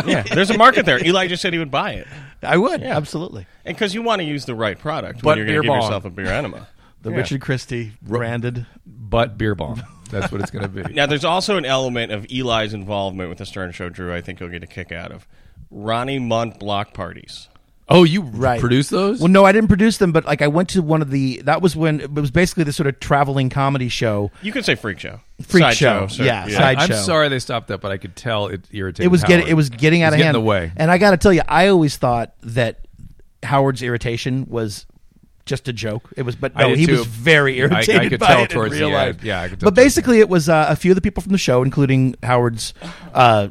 C: yeah, there's a market there. Eli just said he would buy it,
B: I would absolutely
C: and because you want to use the right product
A: But
C: when you're going
A: beer
C: to give
A: bong.
C: yourself a beer enema.
B: the
C: Yeah.
B: Richard Christie branded.
A: But beer bomb. That's what it's going to be.
C: Now, there's also an element of Eli's involvement with the Stern Show, Drew. I think you'll get a kick out of Ronnie Munt block parties.
A: Oh, you
B: right.
A: produce those?
B: Well, no, I didn't produce them, but like I went to one of the. That was when it was basically this sort of traveling comedy show.
C: You could say freak show,
B: Freak
C: Side
B: show,
C: so-
B: yeah,
A: I-
B: sideshow.
A: I'm sorry they stopped that, but I could tell it irritated.
B: It was
A: Howard.
B: getting it was getting out
A: It
B: of
A: was
B: hand.
A: Getting in the way.
B: And I got to tell you, I always thought that Howard's irritation was just a joke. It was, but
A: I
B: no,
A: did
B: he
A: too.
B: was very
A: I- I
B: irritated.
A: could
B: by
A: tell
B: it in
A: towards the
B: real
A: end.
B: life.
A: Yeah, I could tell towards
B: but
A: the
B: basically, it was uh, a few of the people from the show, including Howard's. Uh,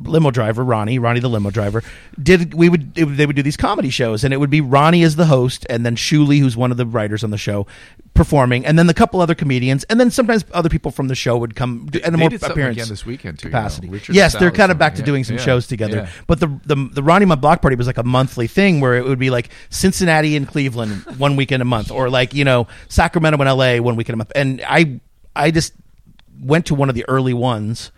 B: limo driver ronnie ronnie the limo driver did we would it, would- they would do these comedy shows and it would be ronnie as the host and then shuli who's one of the writers on the show performing, and then the couple other comedians, and then sometimes other people from the show would come d- and a
A: they
B: more
A: did something
B: appearance
A: again this weekend, too, you know,
B: capacity.
A: Richard
B: yes, they're
A: Salas
B: kind of
A: something,
B: back to
A: yeah,
B: doing some
A: yeah,
B: shows together.
A: yeah.
B: But the, the the Ronnie Mudd Block Party was like a monthly thing where it would be like Cincinnati and Cleveland one weekend a month, or like you know Sacramento and L.A. one weekend a month. And I I just went to one of the early ones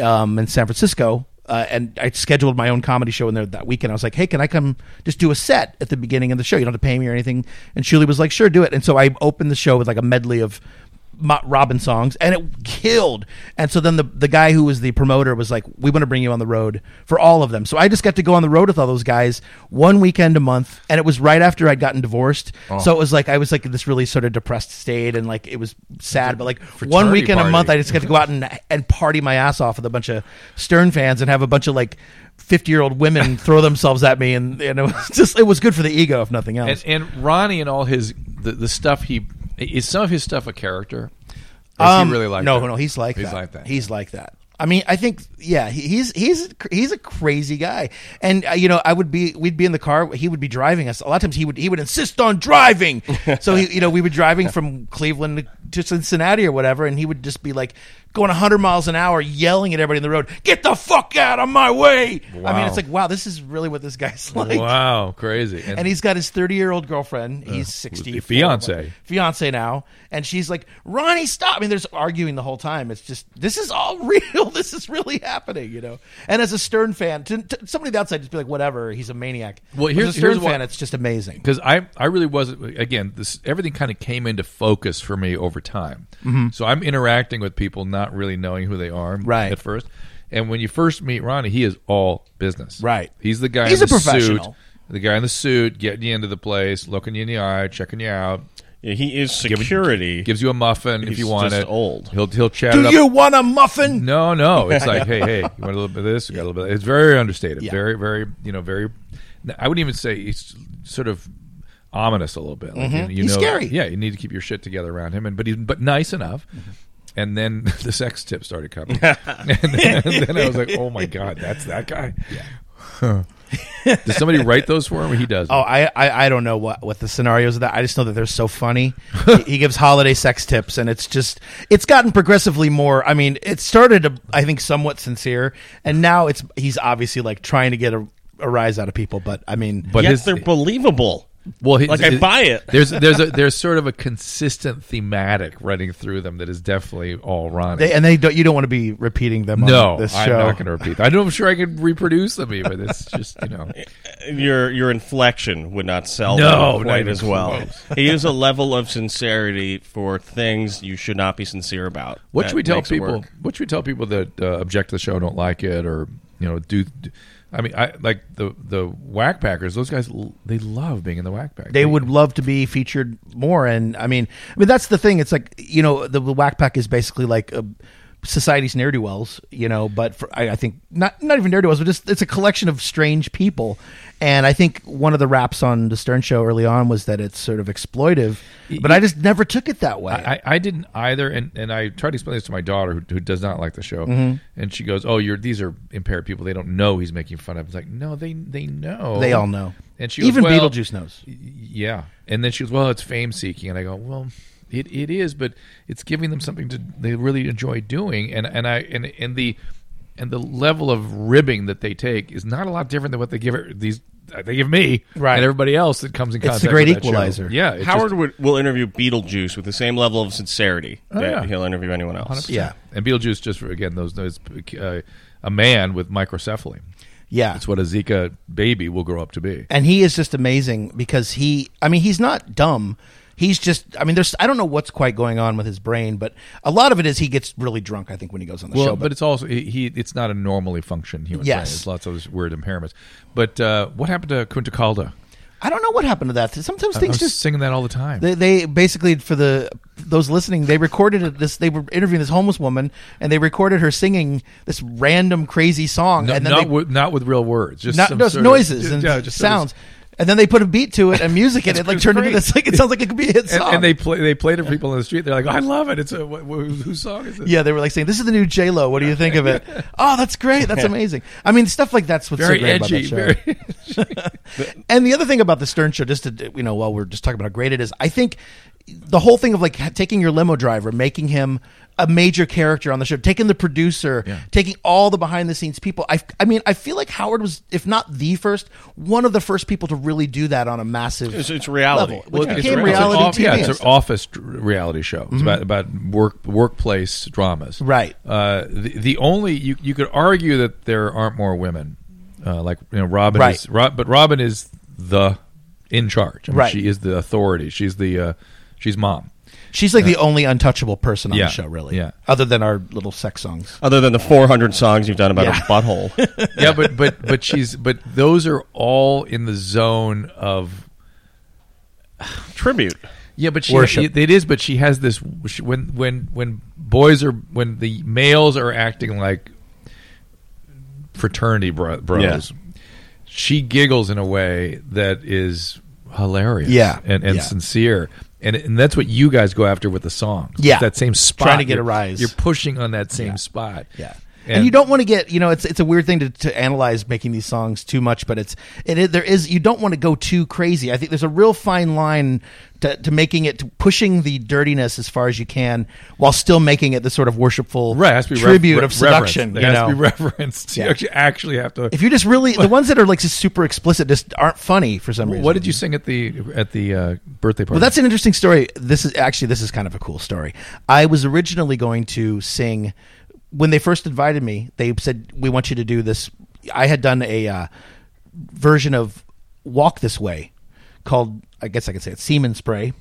B: um, in San Francisco. Uh, and I scheduled my own comedy show in there that weekend. I was like, "Hey, can I come just do a set at the beginning of the show? You don't have to pay me or anything." And Shuli was like, "Sure, do it." And so I opened the show with like a medley of Mo- Robin songs, and it killed. And so then the the guy who was the promoter was like, "We want to bring you on the road for all of them." So I just got to go on the road with all those guys one weekend a month, and it was right after I'd gotten divorced. So it was like I was like in this really sort of depressed state, and like it was sad, but like one weekend a month, I
A: party.
B: just got to go out and and party my ass off with a bunch of Stern fans and have a bunch of like. 50 year old women throw themselves at me and, and it was just it was good for the ego if nothing else
A: And, and Ronnie and all his the, the stuff he is some of his stuff a character. Or is
B: Um,
A: he really like
B: no,
A: that?
B: no, he's like
A: he's
B: that.
A: like that.
B: He's like that. I mean, I think yeah, he- he's he's he's a crazy guy, and uh, you know, I would be we'd be in the car. He would be driving us. A lot of times he would he would insist on driving. so he, you know, we were driving from Cleveland to Cincinnati or whatever, and he would just be like going 100 miles an hour, yelling at everybody in the road, "Get the fuck out of my way!" I mean,
A: Wow.
B: it's like wow, this is really what this guy's like.
A: wow, crazy. And, Uh,
B: And he's got his 30 year old girlfriend. He's 60.
A: fiance.
B: Fiance now. And she's like, Ronnie, stop. I mean, there's arguing the whole time. It's just, this is all real. This is really happening, you know? And as a Stern fan, to, to somebody outside just be like, whatever, he's a maniac.
A: Well,
B: But
A: here's-
B: as a Stern
A: here's what-
B: fan, it's just amazing.
A: because I I really wasn't again this everything kind of came into focus for me over time.
B: Mm-hmm.
A: So I'm interacting with people not really knowing who they are
B: Right.
A: at first. And when you first meet Ronnie, he is all business.
B: Right.
A: He's the guy.
B: He's
A: in
B: a
A: the Suit,
B: professional.
A: the guy in the suit getting you into the place, looking you in the eye, checking you out,
C: Yeah, he is security.
A: gives you a muffin if
C: He's
A: you want
C: just
A: it.
C: old.
A: He'll he'll chat it
B: Do
A: up.
B: you want a muffin?
A: No, no. It's like, hey, hey, you want a little bit of this? You got a little bit. Of It's very understated.
B: Yeah.
A: Very, very, you know, very. I wouldn't even say it's sort of ominous a little bit. Like, you, you
B: He's
A: know,
B: scary.
A: Yeah, you need to keep your shit together around him, and but he's but nice enough. And then the sex tip started coming, and, then, and then I was like, oh my god, that's that guy. Huh. Does somebody write those for him? Or he does.
B: Oh, I, I I don't know what what the scenarios of that. I just know that they're so funny. he, he gives holiday sex tips, and it's just it's gotten progressively more. I mean, it started uh, I think somewhat sincere, and now it's he's obviously like trying to get a, a rise out of people. But I mean,
A: but
C: Yet
A: his-
C: they're believable.
A: Well, he-
C: Like, I buy it.
A: There's there's a there's sort of a consistent thematic running through them that is definitely all Ronnie.
B: they, and they don't you don't want to be repeating them.
A: No,
B: on this
A: I'm
B: show.
A: not going to repeat. that. I know I'm sure I could reproduce them even. It's just you know,
C: Your your inflection would not sell
A: No,
C: them
A: not
C: quite
A: even
C: as well.
A: close.
C: he is a level of sincerity for things you should not be sincere about.
A: what
C: that
A: should we tell
C: makes it
A: people?
C: work.
A: What should we tell people that uh, object to the show, don't like it, or you know, do? do- I mean, I like the the whack packers. Those guys, l- they love being in the whack pack.
B: they would love to be featured more. And I mean, I mean that's the thing. It's like you know the, the Whack Pack is basically like a, society's ne'er do wells, you know. But for, I, I think not not even ne'er do wells, but just it's a collection of strange people. And I think one of the raps on the Stern Show early on was that it's sort of exploitive, but I just never took it that way.
A: I, I didn't either, and, and I tried to explain this to my daughter who, who does not like the show,
B: Mm-hmm.
A: and she goes, "Oh, you're these are impaired people. They don't know he's making fun of." It's like, no, they they know.
B: they all know,
A: And she
B: even
A: goes, well,
B: Beetlejuice knows.
A: yeah and then she goes well it's fame seeking and i go well it, it is but it's giving them something to they really enjoy doing and and i and, and the and the level of ribbing that they take is not a lot different than what they give her- these they give me
B: Right.
A: and everybody else that comes in
B: It's
A: contact
B: the great
A: with that show.
B: equalizer.
A: yeah it's
C: Howard
A: just-
C: would, will interview Beetlejuice with the same level of sincerity that
A: Oh, yeah.
C: he'll interview anyone else.
B: Yeah,
A: and beetlejuice just for, again those those uh, a man with microcephaly
B: yeah.
A: that's what a zika baby will grow up to be
B: and he is just amazing because he i mean he's not dumb he's just i mean there's i don't know what's quite going on with his brain but a lot of it is he gets really drunk i think when he goes on the
A: well,
B: show
A: but, it's also he, he. It's not a normally functioned human brain.
B: Yes.
A: There's lots of those weird impairments. But uh, what happened to Kunta Calda?
B: i don't know what happened to that
A: I was
B: sometimes things just
A: singing that all the time.
B: They, they basically for the those listening, they recorded it- this. They were interviewing this homeless woman, and they recorded her singing this random crazy song,
A: no,
B: and then
A: not
B: they,
A: with, not with real words, just
B: not,
A: some
B: just
A: sort of-
B: noises and
A: yeah, just sort of-
B: sounds. and then they put a beat to it and music, and it like turned into
A: great.
B: this like it sounds like it could be a hit
A: and,
B: song.
A: and they play they played it for people in the street. They're like, "Oh, I love it. It's a wh- wh- whose song is it?
B: Yeah, they were like saying, "This is the new J Lo. What do you think of it?" oh, that's great. That's amazing. I mean, stuff like that's what's
A: very
B: so great
A: edgy.
B: about that show.
A: Very
B: and the other thing about the Stern Show, just to you know, while we're just talking about how great it is, I think the whole thing of like ha- taking your limo driver, making him a major character on the show, taking the producer, taking all the behind the scenes people. I, I mean, I feel like Howard was, if not the first, one of the first people to really do that on a massive.
C: It's- it's reality.
B: Level,
C: Well,
B: which
C: yeah, it's
B: became
C: real-
A: It's an
B: reality
A: off-
B: TV.
A: Yeah,
B: and
A: it's an
B: stuff.
A: office dr- reality show. It's about about work workplace dramas.
B: Mm-hmm. Right.
A: Uh, the the only you you could argue that there aren't more women, uh, like you know Robin
B: Right.
A: is Rob, but Robin is the in charge. I mean,
B: Right.
A: She is the authority. She's the uh, she's mom.
B: She's like the only untouchable person on
A: Yeah,
B: the show, really.
A: yeah.
B: Other than our little sex songs.
C: Other than the 400 songs you've done about
B: Yeah.
C: a butthole.
A: yeah, but but but she's but those are all in the zone of
C: Tribute.
A: Yeah, but she
B: Worship.
A: it is. But she has this she, when when when boys are when the males are acting like fraternity bro, bros. She giggles in a way that is hilarious,
B: Yeah.
A: and and
B: Yeah.
A: sincere, and and that's what you guys go after with the songs.
B: Yeah.
A: that same spot,
B: Trying to get a
A: You're-
B: rise.
A: You're pushing on that same spot.
B: Yeah. And, you don't want to get, you know, it's it's a weird thing to, to analyze making these songs too much, but it's it, is- there is you don't want to go too crazy. I think there's a real fine line to, to making it to pushing the dirtiness as far as you can while still making it the sort of worshipful
A: right it has to be rev-
B: tribute
A: re-
B: of seduction.
A: reverenced. It
B: you
A: has
B: know?
A: to be referenced.
B: Yeah.
A: You actually, actually have to.
B: if you just really the ones that are like just super explicit just aren't funny for some reason.
A: what did you sing at the at the uh, birthday party?
B: Well, that's an interesting story. This is actually this is kind of a cool story. I was originally going to sing when they first invited me. They said we want you to do this. I had done a uh, version of "Walk This Way" called I guess I could say it "Semen Spray"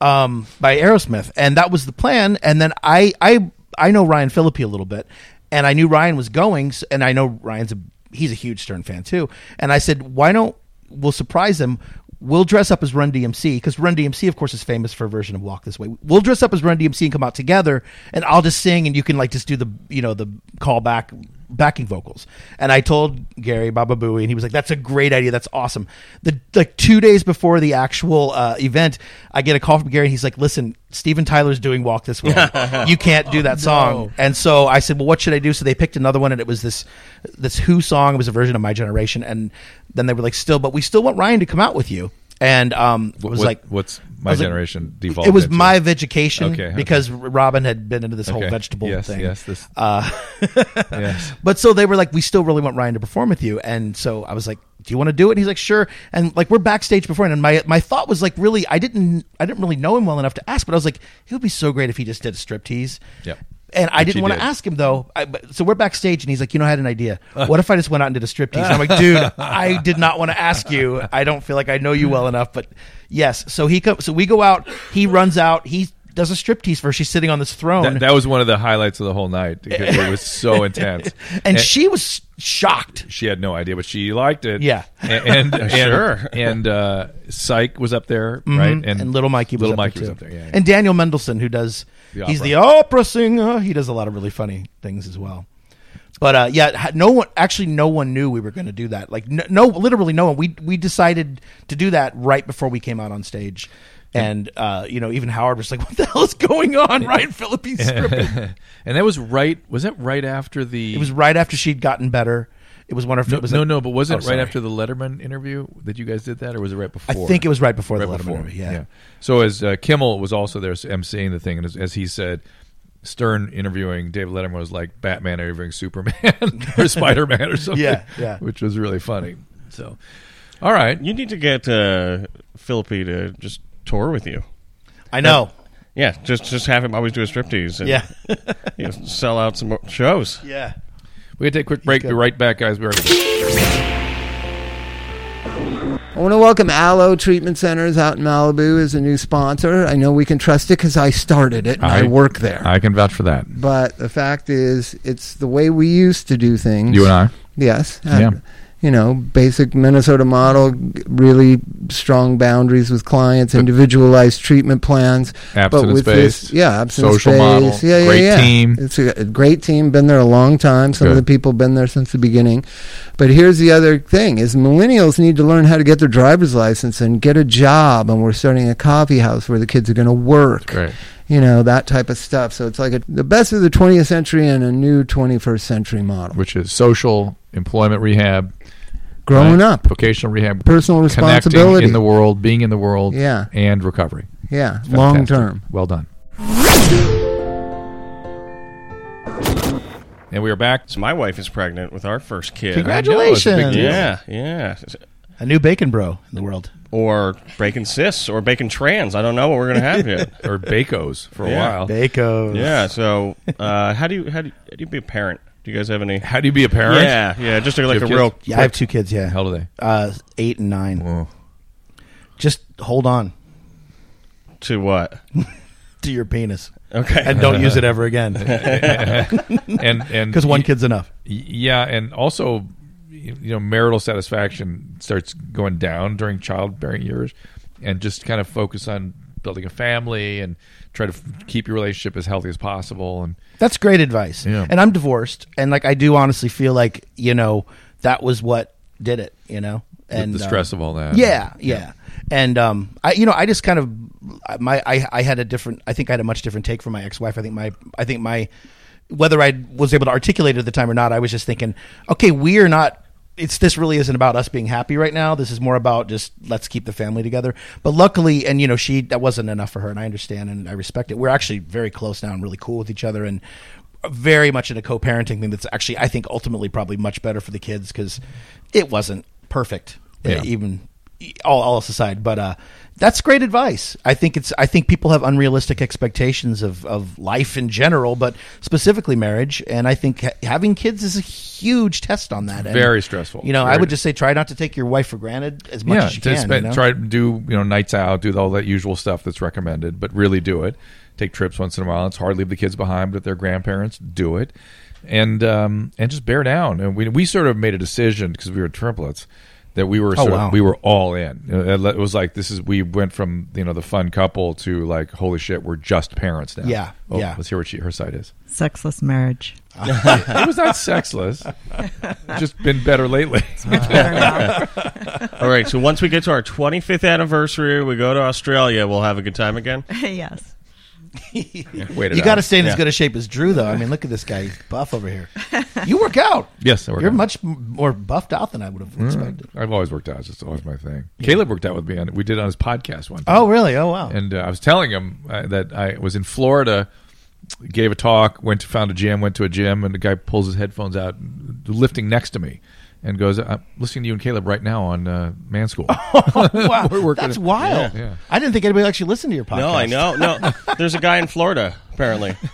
B: um, by Aerosmith, and that was the plan. And then I I I know Ryan Phillippe a little bit, and I knew Ryan was going, s- and I know Ryan's a he's a huge Stern fan too. And I said, why don't we'll surprise him? We'll dress up as Run DMC because Run DMC, of course, is famous for a version of Walk This Way. We'll dress up as Run DMC and come out together, and I'll just sing, and you can like just do the you know the callback backing vocals. And I told Gary Baba Booey, and he was like, "That's a great idea. That's awesome." The like two days before the actual uh, event, I get a call from Gary, and he's like, "Listen, Steven Tyler's doing Walk This Way. you can't do that song." And so I said, "Well, what should I do?" So they picked another one, and it was this this Who song. It was a version of My Generation, and then they were like, "Still, but we still want Ryan to come out with you." And um, it was
A: What-
B: like,
A: what's
B: I
A: my
B: was like-
A: generation default?
B: It was my vegetation
A: Okay, okay.
B: because Robin had been into this whole vegetable
A: yes,
B: thing. Uh,
A: Yes, this. yes.
B: But so they were like, we still really want Ryan to perform with you. And so I was like, do you want to do it? And he's like, sure. And like, we're backstage before. And my, my thought was like, really, I didn't, I didn't really know him well enough to ask, but I was like, it would be so great if he just did a striptease.
A: Yep.
B: And I
A: Which
B: didn't
A: he
B: want to
A: did.
B: ask him though. I, but, so we're backstage and he's like, you know, I had an idea. What if I just went out and did a striptease? And I'm like, dude, I did not want to ask you. I don't feel like I know you well enough, but yes. So he comes, so we go out, he runs out, he does a striptease for her. She's sitting on this throne.
A: That, that was one of the highlights of the whole night. because It was so intense.
B: and she was shocked.
A: she had no idea, but she liked it.
B: Yeah.
A: A- and, and
C: Sure.
A: And uh, Psych was up there, right?
B: Mm-hmm. and little Mikey was
A: little
B: up
A: Mikey
B: there
A: was up
B: too.
A: there. Yeah, yeah.
B: And Daniel Mendelsohn, who does
A: The
B: he's
A: opera.
B: the opera singer. He does a lot of really funny things as well. But uh, yeah, ha- no one actually no one knew we were going to do that. Like no, no, literally no one. We we decided to do that right before we came out on stage. And uh, you know, even Howard was like, "What the hell is going on?" Ryan Phillippe stripping.
A: And that was right. Was that right after the?
B: it was right after she'd gotten better. It was one of
A: no,
B: it was
A: no,
B: like-
A: no, But was it
B: Oh,
A: right
B: sorry.
A: after the Letterman interview that you guys did that, or was it right
B: I
A: before?
B: think it was right before the
A: Right
B: Letterman.
A: before,
B: interview, Yeah.
A: So as uh, Kimmel was also there emceeing the thing, and as, as he said, Stern interviewing David Letterman was like Batman interviewing Superman or Spider Man or something.
B: Yeah, yeah.
A: Which was really funny. So, all right,
C: You need to get uh, Philippi to just tour with you.
B: I know.
C: Yeah, just just have him always do a striptease. And,
B: Yeah.
C: you know, sell out some more shows.
B: yeah.
A: we are gonna take a quick break. Be right back, guys. Be right back.
D: I want to welcome Aloe Treatment Centers out in Malibu as a new sponsor. I know we can trust it because I started it and I,
A: I-
D: work there.
A: I can vouch for that.
D: but the fact is, it's the way we used to do things.
A: You and I.
D: Yes.
A: Yeah.
D: You know, basic Minnesota model, really strong boundaries with clients, individualized treatment plans. but with
A: Abstinence-based,
D: this, yeah, abstinence
A: social model,
D: based. yeah, yeah,
A: great
D: yeah.
A: team.
D: It's a, a great team. Been there a long time. Some of
A: Good.
D: the people been there since the beginning. But here's the other thing: is millennials need to learn how to get their driver's license and get a job. And we're starting a coffee house where the kids are going to work
A: Right.
D: you know that type of stuff so it's like a, the best of the 20th century and a new 21st century model
A: Which is social employment rehab,
D: growing
A: right,
D: up
A: vocational rehab,
D: personal
A: connecting
D: responsibility
A: in the world, being in the world,
D: Yeah.
A: and recovery.
D: Yeah, long term.
A: Well done. And we are back.
C: So my wife is pregnant with our first kid.
B: Congratulations.
A: I know, it's a big deal.
C: Yeah, yeah.
B: A new bacon bro in the world.
C: Or bacon cis or bacon trans. I don't know what we're gonna have yet.
A: Or Bacos for a
C: Yeah.
A: while.
B: Bacon.
C: yeah. So uh, how do you how do you, how do you be a parent? Do you guys have any?
A: How do you be a parent?
C: Yeah, yeah. Just like a
A: Kids?
C: real.
B: Yeah, I have two kids. Yeah,
A: How old are they?
B: Uh, eight and nine.
C: Oh.
A: Whoa.
B: Just hold on
C: To what?
B: to your penis
C: Okay.
B: and don't use it ever again
A: And and
B: because one kid's enough.
A: Yeah, and also, you you know, marital satisfaction starts going down during childbearing years, and just kind of focus on building a family and try to f- keep your relationship as healthy as possible. And
B: That's great advice.
A: Yeah.
B: And I'm divorced, and like I do honestly feel like you know that was what did it. You know, and
A: the
B: um,
A: stress of all that.
B: Yeah, yeah. And um, I, you know, I just kind of my I, I had a different. I think I had a much different take from my ex-wife. I think my I think my whether I was able to articulate it at the time or not, I was just thinking, okay, we are not. It's this really isn't about us being happy right now. This is more about just let's keep the family together. But luckily, and you know, she that wasn't enough for her, and I understand and I respect it. We're actually very close now and really cool with each other, and very much in a co-parenting thing. That's actually I think ultimately probably much better for the kids because it wasn't perfect
A: Yeah.
B: uh, even all, all else aside. But uh, that's great advice. I think it's. I think people have unrealistic expectations of of life in general, but specifically marriage. And I think ha- having kids is a huge test on that. And,
A: Very stressful.
B: You know, I
A: Very-
B: would just say try not to take your wife for granted as much
A: yeah.
B: as you
A: to
B: can.
A: spend-
B: you know?
A: Try to do you know nights out, do all that usual stuff that's recommended, but really do it. Take trips once in a while. It's hard to leave the kids behind, but if they're grandparents, do it, and um, and just bear down. And we we sort of made a decision because we were triplets that we were sort
B: Oh, wow.
A: of, we were all in. You know, It was like this is we went from you know the fun couple to like holy shit, we're just parents now.
B: Yeah,
A: Oh,
B: yeah.
A: Let's hear what she, her side is.
E: Sexless marriage.
A: It was not sexless. just been better lately.
C: All right. So once we get to our 25th anniversary, we go to Australia. We'll have a good time again.
E: yes.
A: Wait,
B: You got to stay in as
C: Yeah.
B: good a shape as Drew, though. I mean, look at this guy, he's buff over here. You work out.
A: Yes, I work
B: you're
A: out. Mm.
B: much m- more buffed out than I would have expected.
A: I've always worked out. It's just always my thing. Caleb worked out with me on we did it on his podcast one. Time.
B: Oh, really? Oh, wow.
A: and uh, I was telling him uh, that I was in Florida, gave a talk, went to found a gym, went to a gym, and the guy pulls his headphones out, lifting next to me, and goes, "I'm listening to you and Caleb right now on uh, Man School."
B: Oh, wow,
A: We're working
B: that's
A: it.
B: wild.
A: Yeah.
B: I didn't think anybody actually listened to your podcast.
C: No, I know. No, there's a guy in Florida apparently.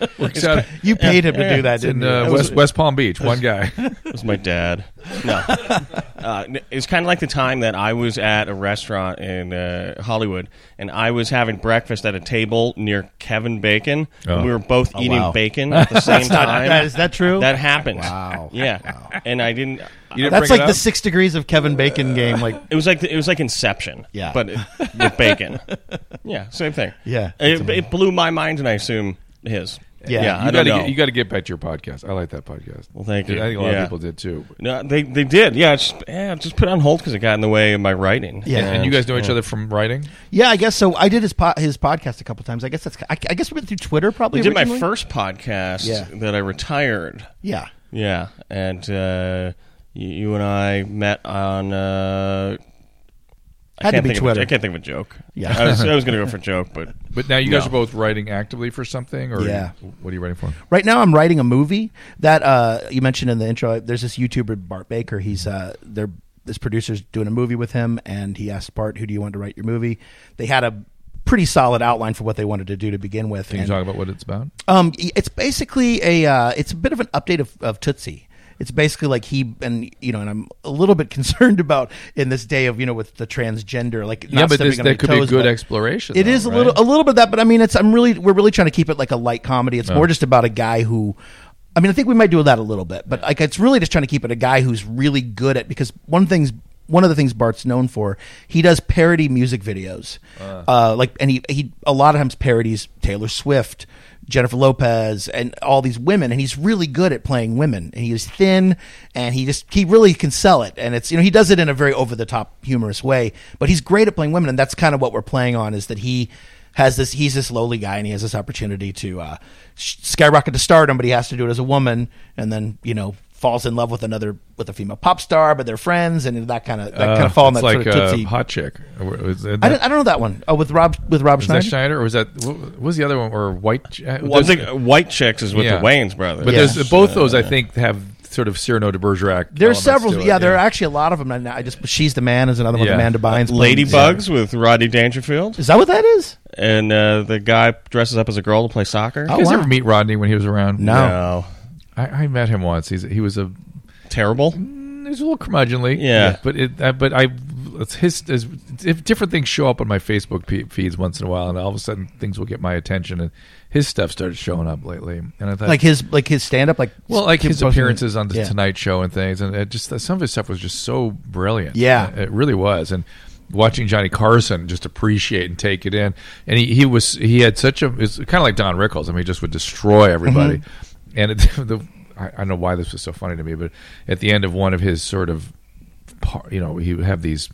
A: Works out
B: You paid him to do that, didn't
A: in
B: you?
A: uh,
B: That was-
A: West West Palm Beach. One guy.
C: It was my dad. No, uh, n- it's kind of like the time that I was at a restaurant in uh, Hollywood, and I was having breakfast at a table near Kevin Bacon.
A: Oh.
C: And we were both eating
B: wow.
C: bacon at the same time.
B: that- is that true?
C: That happened.
B: Wow.
C: Yeah, and I didn't.
A: You didn't
B: That's
A: bring it
B: like the
A: up?
B: six degrees of Kevin Bacon game. Like,
C: It was like it was like Inception.
B: Yeah.
C: but it, with bacon. Yeah, same thing.
B: Yeah, that's
C: it, it blew my mind, and I assume his.
B: Yeah.
C: yeah I
A: You
C: don't
A: gotta
C: know.
A: get, you got to get back to your podcast. I like that podcast.
C: Well, thank
A: I
C: you.
A: think a lot
C: Yeah.
A: of people did too.
C: no, they they did. Yeah, it's, yeah. Just put it on hold because it got in the way of my writing.
B: Yeah.
A: And you guys know each other from writing.
B: yeah, I guess so. I did his po- his podcast a couple times. I guess that's. I, I guess we went through Twitter probably.
C: We did my
B: originally?
C: first podcast
B: Yeah.
C: that I retired.
B: Yeah,
C: Yeah, and uh, you, you and I met on. Uh, I
B: Had to
C: can't
B: be
C: think of a-
B: Twitter.
C: I can't think of a joke.
B: Yeah.
C: I was, I was going to go for a joke, but
A: But now you guys
C: No.
A: are both writing actively for something, or
B: Yeah.
A: what are you writing for?
B: Right now, I'm writing a movie that uh, you mentioned in the intro. There's this YouTuber Bart Baker. He's uh, their this producer's doing a movie with him, and he asked Bart, "Who do you want to write your movie?" They had a pretty solid outline for what they wanted to do to begin with.
A: Can you
B: and-
A: talk about what it's about?
B: Um, it's basically a uh, it's a bit of an update of, of Tootsie. It's basically like he and you know, and I'm a little bit concerned about in this day of you know with the transgender, like
A: Yeah,
B: not
A: but
B: stepping
A: this-
B: on
A: that
B: their
A: could be a
B: toes,
A: good
B: but
A: exploration,
B: It
A: though,
B: is a
A: right?
B: little a little bit of that, but I mean, it's I'm really we're really trying to keep it like a light comedy. It's more just about a guy who. I mean, I think we might do that a little bit, but like it's really just trying to keep it a guy who's really good at because one thing's one of the things Bart's known for, he does parody music videos, uh, like and he he a lot of times parodies Taylor Swift, Jennifer Lopez, and all these women, and he's really good at playing women. And he's thin, and he just he really can sell it, and it's you know he does it in a very over the top humorous way, but he's great at playing women, and that's kind of what we're playing on is that he has this he's this lowly guy and he has this opportunity to uh, sh- skyrocket to stardom but he has to do it as a woman and then you know falls in love with another with a female pop star, but they're friends and that kind of that kind of fall in
A: Uh, it's
B: that
A: like
B: sort of tootsie.
A: uh, hot chick. Or Is that,
B: I, don't, I don't know that one. Oh, with Rob with Rob
A: is that
B: Schneider.
A: Schneider or was that what what was the other one or white? Ch- uh,
C: Well, I think White Chicks is with
A: Yeah.
C: the Wayans brothers.
A: But
B: Yeah.
A: there's both those I think have sort of Cyrano de Bergerac. elements
B: There's several.
A: to it,
B: Yeah, there are actually a lot of them. And I just she's the man is another one.
A: Yeah. Uh,
B: Amanda Bynes. plays.
C: Ladybugs with Rodney Dangerfield,
B: Is that what that is?
C: and uh, the guy dresses up as a girl to play soccer.
B: Oh,
A: You guys ever meet Rodney when he was around?
B: No.
C: No.
A: I, I met him once. He's he was a
C: Terrible.
A: he was a little curmudgeonly.
C: Yeah.
A: but it uh, but I it's his is if different things show up on my Facebook pe- feeds once in a while, and all of a sudden things will get my attention, and his stuff started showing up lately, and I thought
B: Like his like his stand up like
A: Uh, Well, like his
B: posting-
A: appearances on the
B: Yeah.
A: Tonight Show and things, and it just some of his stuff was just so brilliant.
B: Yeah.
A: it, it really was. And watching Johnny Carson just appreciate and take it in, and he, he was he had such a it's kind of like Don Rickles. I mean, he just would destroy everybody.
B: Mm-hmm.
A: And it, the I, I don't know why this was so funny to me, but at the end of one of his sort of, par- you know, he would have these.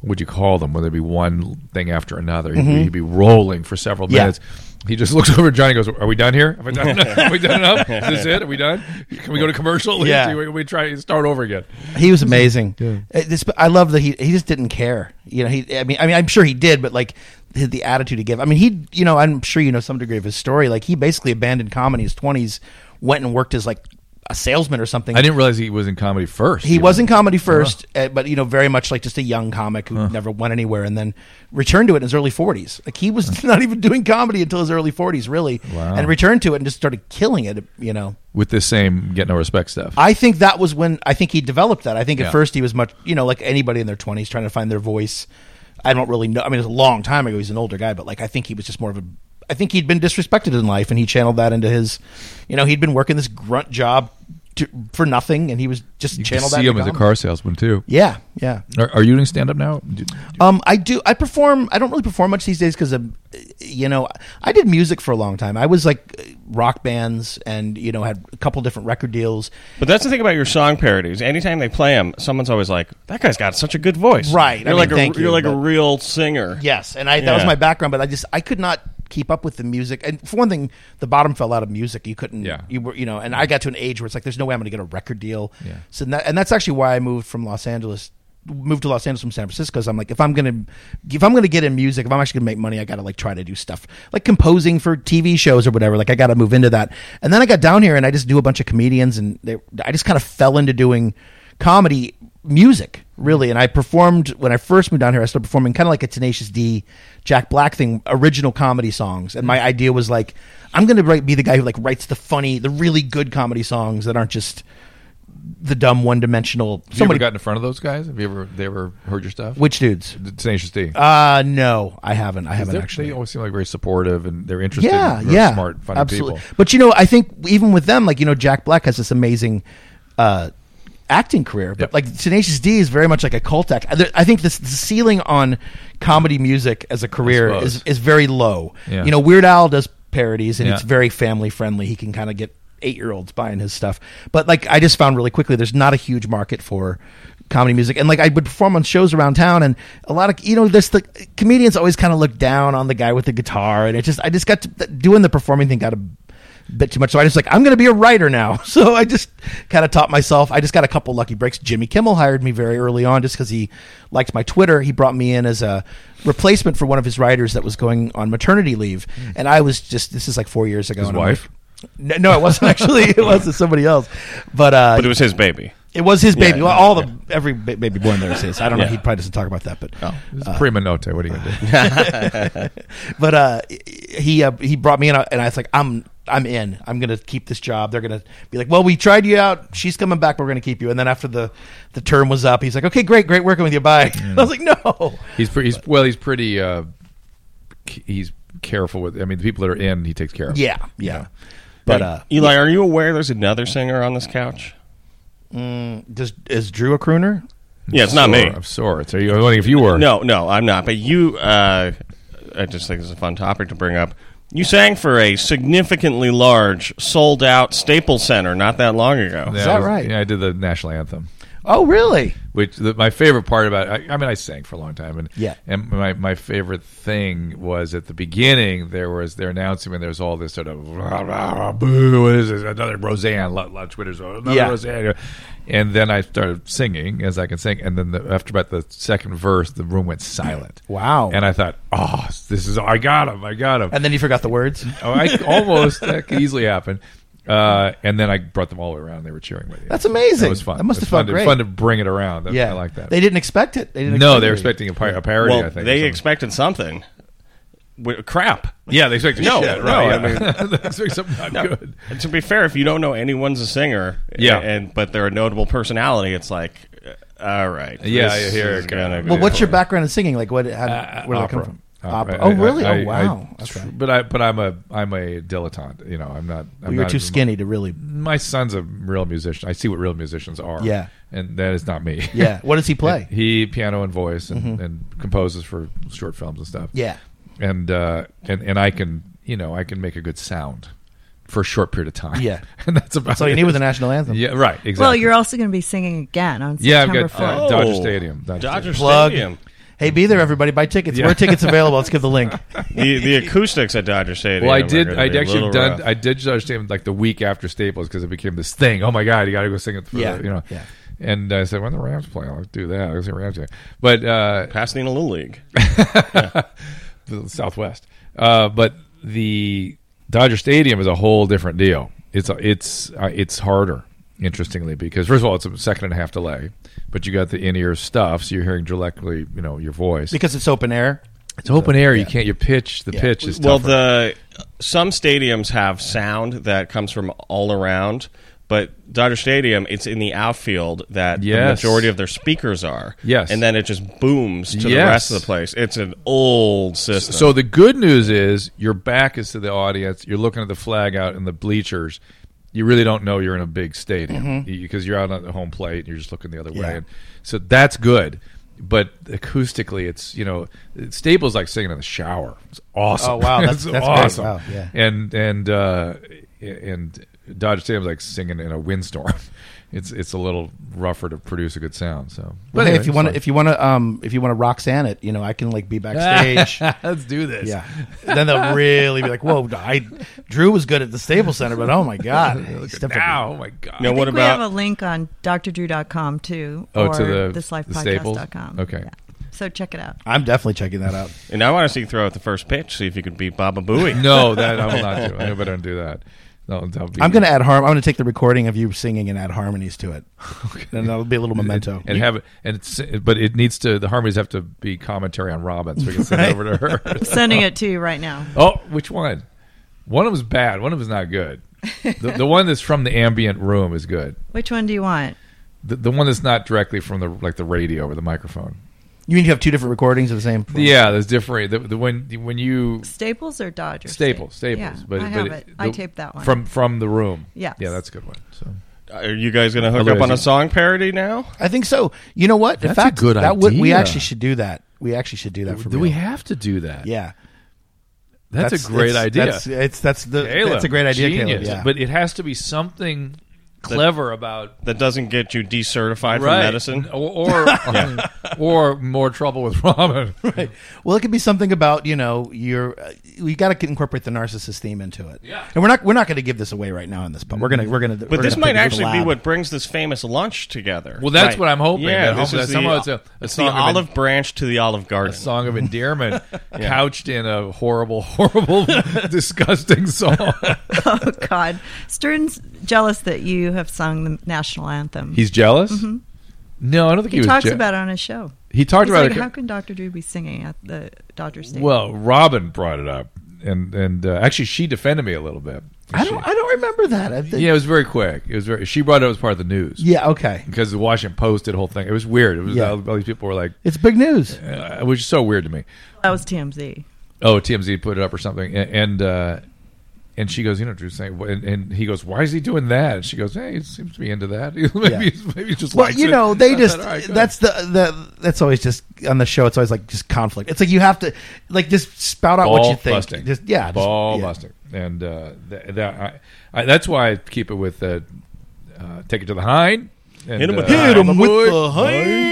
A: What would you call them? Whether it be one thing after another, he'd, be, he'd be rolling for several
B: Mm-hmm. Yeah.
A: minutes. He just looks over at Johnny and goes, Are we done here? Have I done enough? Are we done enough? Is this it? Are we done? Can we go to commercial?
B: Yeah.
A: Do we, we try and start over again.
B: He was amazing. Uh, this- I love that he he just didn't care. You know, he I mean I mean I'm sure he did, but like the- the attitude he gave. I mean he you know I'm sure you know some degree of his story. Like he basically abandoned comedy in his 20s, went and worked as like a salesman or something.
A: I didn't Uh-huh. realize he was in comedy first.
B: He
A: even.
B: was in comedy 1st uh, but you know, very much like just a young comic who
A: Uh-huh.
B: never went anywhere, and then returned to it in his early forties. Like he was not even doing comedy until his early forties, really,
A: Uh-huh. Wow.
B: and returned to it and just started killing it. You know,
A: with this same get no respect stuff.
B: I think that was when I think he developed that. I think
A: Yeah.
B: at first he was much, you know, like anybody in their twenties trying to find their voice. I don't really know. I mean, it's a long time ago. He's an older guy, but like I think he was just more of a. I think he'd been disrespected in life, and he channeled that into his. You know, he'd been working this grunt job to, for nothing, and he was just
A: you can
B: channeled that.
A: see him
B: into
A: as a
B: comedy.
A: car salesman too.
B: Yeah, yeah.
A: Are, are you doing stand up now? Do-
B: Um, I do. I perform. I don't really perform much these days because of, you know, I did music for a long time. I was like rock bands, and you know, had a couple different record deals.
C: But that's the thing about your song parodies. Anytime they play them, someone's always like, "That guy's got such a good voice."
B: Right.
C: You're
B: I mean,
C: like a,
B: thank you,
C: are like a
B: but-
C: real singer.
B: Yes, and I that was
C: Yeah.
B: my background, but I just I could not keep up with the music. And for one thing, the bottom fell out of music. You couldn't.
A: Yeah.
B: You were you know, and I got to an age where it's like there's no way I'm going to get a record deal.
A: Yeah.
B: So that, and that's actually why I moved from Los Angeles. Moved to Los Angeles from San Francisco because I'm like, if I'm gonna, if I'm gonna get in music, if I'm actually gonna make money, I gotta like try to do stuff like composing for TV shows or whatever. Like I gotta move into that. And then I got down here and I just knew a bunch of comedians and they, I just kind of fell into doing comedy music really and i performed when i first moved down here i started performing kind of like a tenacious d jack black thing original comedy songs and my idea was like i'm going to write, be the guy who like writes the funny the really good comedy songs that aren't just the dumb one-dimensional
A: Have you ever
B: somebody
A: got in front of those guys? Have you ever they ever heard your stuff?
B: which dudes
A: The Tenacious D.
B: uh no i haven't i haven't
A: They're-
B: actually
A: They always seem like very supportive and they're interested.
B: yeah,
A: and very
B: yeah,
A: smart, funny
B: absolutely.
A: people.
B: But you know, I think even with them, like you know, Jack Black has this amazing uh, acting career, but
A: Yep.
B: like Tenacious D is very much like a cult act. I th- I think this the ceiling on comedy music as a career
A: suppose.
B: is is very low.
A: Yeah.
B: You know, Weird Al does parodies, and it's
A: Yeah.
B: very family friendly. He can kind of get eight year olds buying his stuff. But like, I just found really quickly, there's not a huge market for comedy music. And like, I would perform on shows around town, and a lot of you know, there's the comedians always kind of look down on the guy with the guitar, and it just, I just got to, doing the performing thing got a bit too much. So I just like, I'm going to be a writer now. So I just kind of taught myself. I just got a couple lucky breaks. Jimmy Kimmel hired me very early on just because he liked my Twitter. He brought me in as a replacement for one of his writers that was going on maternity leave.
C: Mm.
B: And I was just, this is like four years ago.
A: His
B: and I'm like-
A: wife?
B: no, no, it wasn't actually. It was somebody else, but uh,
C: But it was his baby.
B: his baby.
C: yeah,
B: well, all the every ba- baby born there is his. I don't know.
C: Yeah. Oh.
B: He probably doesn't talk about that, but
A: This is
B: Uh,
A: prima nota. What are you going to do?
B: but uh, he uh, he brought me in, uh, and I was like, I'm I'm in. I'm gonna keep this job. They're gonna be like, well, we tried you out. She's coming back. We're gonna keep you. And then after the the term was up, he's like, okay, great, great working with you. Bye. I was like, no.
A: He's pretty. He's, well, he's pretty. Uh, c- he's careful with. I mean, the people that are in, he takes care of.
B: Yeah, yeah. But
C: Like,
B: uh,
C: Eli, are you aware there's another singer on this
A: Mm.
C: couch?
B: does is Drew a crooner?
C: Yeah, it's not
A: Sore,
C: me.
A: Of sorts. Are you? I was wondering if you were.
C: No, no, I'm not. But you, uh, I just think it's a fun topic to bring up. You sang for a significantly large, sold out Staples Center not that long ago.
A: Yeah,
B: that
A: I was-
B: right?
A: Yeah, I did the national anthem.
B: Oh, Oh, really?
A: which the, my favorite part about I, I mean I sang for a long time and
B: Yeah.
A: and my, my favorite thing was at the beginning there was they're announcing when there was all this sort of rah, rah, rah, boo what is this another Roseanne lot, lot of Twitter's oh, another
B: Yeah.
A: Roseanne and then I started singing as I can sing and then the, after about the second verse the room went silent
B: Wow.
A: and I thought oh this is I got him I got him
B: And then you forgot the words.
A: oh, I almost that could easily happen. Uh, and then I brought them all the way around. and They were cheering with you.
B: That's amazing.
A: That was fun.
B: That must
A: It's
B: have felt
A: fun to-
B: great.
A: Fun to bring it around. That-
B: Yeah,
A: I like that.
B: They didn't expect it. They didn't.
A: no,
B: expect
A: they were
B: it.
A: expecting a, par- a parody. I
C: Well,
A: think or
C: they
A: something.
C: expected something. W- crap.
A: Yeah, they expected
C: No,
A: shit,
C: no,
A: right?
C: I
A: yeah. they expect something not good.
C: To be fair, if you don't know anyone's a singer,
A: Yeah.
C: and but they're a notable personality, it's like, uh, all right,
A: Yeah,
C: this
A: I hear
C: is
A: it.
C: gonna
A: Well,
C: be-
B: Well, what's your background in singing? Like, what? How, where did that come from? Opera.
A: I-
B: oh, really?
A: Uh, I- I-
B: oh, wow.
A: I-
B: okay.
A: But I, but I'm a, I'm a dilettante. You know, I'm not. I'm
B: Well, you're
A: not
B: too
A: a-
B: skinny to really.
A: My son's a real musician. I see what real musicians are.
B: Yeah.
A: and that is not me.
B: Yeah. What does he play? Mm-hmm.
A: He piano and voice and, and composes for short films and stuff.
B: Yeah.
A: and uh, and and I can you know I can make a good sound for a short period of time.
B: Yeah.
A: and that's about
B: So you
A: it.
B: need with the national anthem.
A: Yeah, right. Exactly.
E: Well, you're also going to be singing again on
A: yeah. I've
E: September
A: got uh,
E: 4th.
A: Dodger
C: Oh,
A: Stadium.
C: Dodger
B: Plug.
C: Stadium.
B: Hey, be there, everybody. Buy tickets.
A: Yeah.
B: Where are tickets available? Let's give the link.
C: the the acoustics at Dodger Stadium.
A: Well, I
C: are
A: did.
C: gonna
A: I
C: be a
A: actually
C: little
A: done.
C: rough.
A: I did Dodger Stadium like the week after Staples because it became this thing. Oh my God, you got to go sing it. For
B: Yeah,
A: the, you know.
B: yeah.
A: And uh, I said, when the Rams play, I'll do that. I'll see Rams play. But uh,
C: Pasadena Little League.
A: the Southwest. Uh, but the Dodger Stadium is a whole different deal. It's a, it's uh, it's harder, interestingly, because first of all, it's a second and a half delay, but you got the in ear stuff, so you're hearing directly, you know, your voice.
B: Because it's open air.
A: it's open air. You can't. Your pitch. The pitch is
C: well
A: tougher.
C: the some stadiums have sound that comes from all around but Dodger Stadium, it's in the outfield that the
A: Yes.
C: majority of their speakers are.
A: Yes.
C: And then it just booms to the
A: Yes.
C: rest of the place. It's an old system.
A: So the good news is your back is to the audience. You're looking at the flag out in the bleachers. You really don't know you're in a big stadium because you're out on the home plate and you're just looking the other way.
B: Mm-hmm. Yeah.
A: And so that's good. But acoustically, it's you know Staples like singing in the shower. It's awesome.
B: Oh, wow.
A: It's
B: That's- that's great.
A: awesome.
B: Wow, yeah.
A: And and uh, and Dodger Stadium's like singing in a windstorm. It's it's a little rougher to produce a good sound. So,
B: But hey,
A: anyway,
B: if you
A: it's
B: want
A: fun.
B: to, if you want to, um, if you want to Roxanne it, you know, I can like be backstage.
A: let's do this.
B: yeah. Then they'll really be like, "Whoa, I Drew was good at the Staples Center, but oh my god, he stepped up-
A: Now, oh my god.
C: now,
E: I
C: what
E: think we have a
C: about
E: link on drdrew.com too,
A: Oh,
E: or
A: to the- the Staples?
E: thislifepodcast.com.
A: Okay.
E: So check it out.
B: I'm definitely checking that out.
C: and I want to see you throw out the first pitch, see if you could beat Baba Booey.
A: No, that I will not do. I better not do that. No, that'll be,
B: I'm going to add harm. I'm going to take the recording of you singing and add harmonies to it, and that'll be a little memento.
A: and have it, and it's, but it needs to. The harmonies have to be commentary on Robin, so we can send it over to her.
E: I'm sending it to you right now.
A: oh, which one? One of them's bad. One of them's not good. The, the one that's from the ambient room is good.
E: Which one do you want?
A: The, the one that's not directly from the like the radio or the microphone.
B: you mean you have two different recordings of the same?
A: Yeah, there's different. The, the when when you
E: Staples or Dodgers?
A: Staples, Staples,
E: Yeah,
A: but
E: I
A: but
E: have it. I
A: the-
E: taped that one.
A: from from the room.
E: Yes.
A: yeah, that's a good one. So
C: Are you guys going to hook up
A: Otherwise
C: on a
A: you-
C: song parody now?
B: I think so. You know what?
A: That's a good
B: that would- we
A: idea.
B: actually should do that. We actually should do that for
A: do
B: real.
A: we have to do that?
B: yeah,
A: that's, a great
B: it's-
A: idea.
B: That's, it's that's the
A: Caleb,
B: that's a great idea,
A: genius.
B: Caleb. Yeah.
A: But it has to be something clever about
C: That doesn't get you decertified from
A: right.
C: medicine?
A: or or, or more trouble with Robin. Right.
B: well, it could be something about you know your uh, we got to incorporate the narcissist theme into it. Yeah, and we're not we're not going to give this away right now in this, but we're gonna
A: Mm-hmm.
B: we're gonna.
C: But this might actually be what brings this famous lunch together.
A: Well, that's what I'm hoping. that
C: Yeah, this
A: hopefully
C: is
A: that somehow
C: the,
A: it's a- a
C: it's
A: song
C: the
A: of an-
C: olive branch to the olive
A: A
C: garden.
A: song of endearment couched in a horrible, horrible, disgusting song.
E: Oh God, Stern's jealous that you have sung the national anthem.
A: He's jealous. No, I don't think
E: he
A: was.
E: talks
A: je-
E: about it on his show.
A: He talked
E: He's
A: about
E: like,
A: it-
E: How can Dr. Drew be singing at the Dodger Stadium?
A: Well, Robin brought it up, and and uh, actually she defended me a little bit.
B: I
A: She-
B: don't I don't remember that. I think,
A: yeah, it was very quick. It was very. She brought it up as part of the news.
B: yeah, okay.
A: because the Washington Post did the whole thing. It was weird. It was
B: Yeah.
A: all, all these people were like,
B: It's big news.
A: uh, it was just so weird to me.
E: that was TMZ.
A: Oh, TMZ put it up or something, and and, uh, and she goes, you know, Drew's saying, and, and he goes, why is he doing that? And she goes, hey, he seems to be into that. maybe, he's, maybe he just
B: Well,
A: likes
B: you
A: it.
B: know, they
A: I
B: just
A: thought, all right, good.
B: that's the, the that's always just on the show. It's always like just conflict. It's like you have to like just spout out
A: ball
B: what you think.
A: busting,
B: Just yeah, just-
A: ball
B: yeah.
A: busting, and uh, th- that I, I, that's why I keep it with uh, uh, take it to the hind. And,
C: Hit 'em with-
A: uh,
C: Hit 'em
A: I'm a
B: with
A: boy.
B: the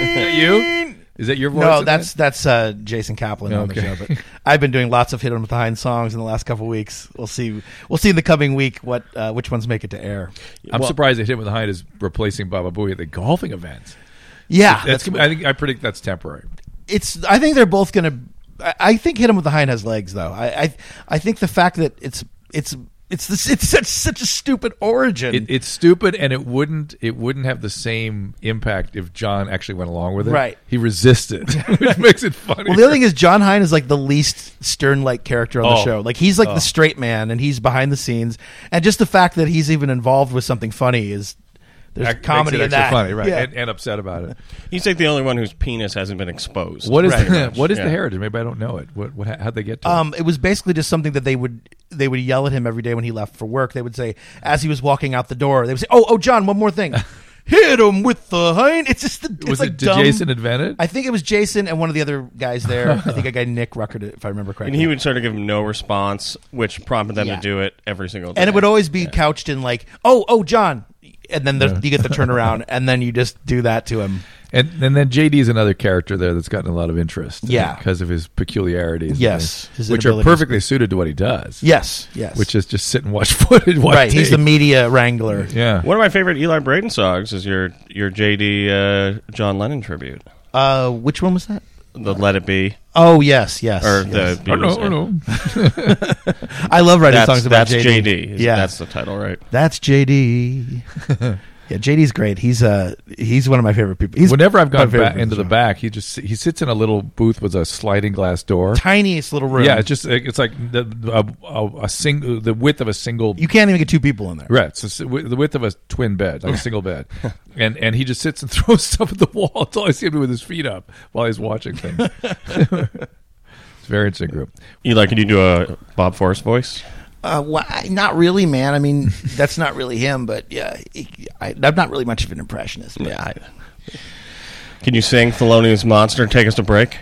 A: Is that you? Is that your voice?
B: No,
A: in
B: that's
A: that?
B: that's uh, Jason Kaplan on the
A: Okay.
B: show. But I've been doing lots of hit on behind songs in the last couple weeks. We'll see. We'll see in the coming week what uh, which ones make it to air.
A: I'm
C: well-
A: surprised that Hit with a Hind is replacing Baba Booey at the golfing event.
B: Yeah,
A: That's,
B: that's
A: I think I predict that's temporary.
B: it's. I think they're both gonna. I, I think hit him with the hind has legs though. I I, I think the fact that it's it's. It's this, it's such such a stupid origin.
A: It, it's stupid, and it wouldn't it wouldn't have the same impact if John actually went along with it.
B: Right.
A: He resisted, which makes it funny.
B: Well, the other thing is John Hine is like the least stern-like character on the
A: Oh.
B: show. Like he's like the straight man, and he's behind the scenes. And just the fact that he's even involved with something funny is there's comedy
A: makes it extra
B: in that.
A: funny, right?
B: Yeah.
A: And, and upset about it.
C: He's like the only one whose penis hasn't been exposed.
A: What is
B: Right.
A: the, what is
C: Yeah.
A: the heritage? Maybe I don't know it. What, what how'd they get to? it?
B: um, it was basically just something that they would they would yell at him every day when he left for work. They would say as he was walking out the door, they would say, "Oh, oh, John, one more thing, hit him with the hind." It's just the it's
A: was
B: like
A: it did
B: dumb.
A: Jason invent it?
B: I think it was Jason and one of the other guys there. I think a guy Nick Ruckert, if I remember correctly.
C: And he would sort of give him no response, which prompted them
B: Yeah.
C: to do it every single day.
B: and it would always be couched in like, oh, oh, John, and then the, you get the turnaround, and then you just do that to him.
A: and and then JD is another character there that's gotten a lot of interest.
B: Yeah.
A: because of his peculiarities. and
B: Yes,
A: things,
B: his
A: which are
B: inabilities.
A: perfectly suited to what he does.
B: Yes, yes,
A: which is just sit and watch footage. watch
B: right. He's the
A: tape.
B: media wrangler.
A: yeah.
C: One of my favorite Eli Braden songs is your your JD uh, John Lennon tribute,
B: Uh, which one was that?
C: the Let It Be
B: Oh yes, yes.
C: or
B: yes.
C: the.
A: I
C: Beatles-
A: don't know.
B: I love writing
C: That's,
B: songs about
C: that's JD.
B: JD.
C: is-
B: Yeah,
C: that's the title, right?
B: That's JD. yeah, JD's great. He's uh he's one of my favorite people. He's
A: Whenever I've
B: my
A: gone
B: favorite uh,
A: back
B: person
A: into the
B: on show.
A: back, he just he sits in a little booth with a sliding glass door.
B: tiniest little room.
A: Yeah, it's just it's like the a, a, a single the width of a single
B: you can't even get two people in there.
A: Right, so s- wi- the width of a twin bed, like a single bed, and and he just sits and throws stuff at the wall until I see him with his feet up while he's watching things. it's a very interesting group.
C: Eli, can you do a Bob Forrest voice?
B: Uh, why, not really, man. I mean, that's not really him, but yeah, he- I, I'm not really much of an impressionist. but-
C: Yeah. I, can you sing Thelonious Monster and take us to break?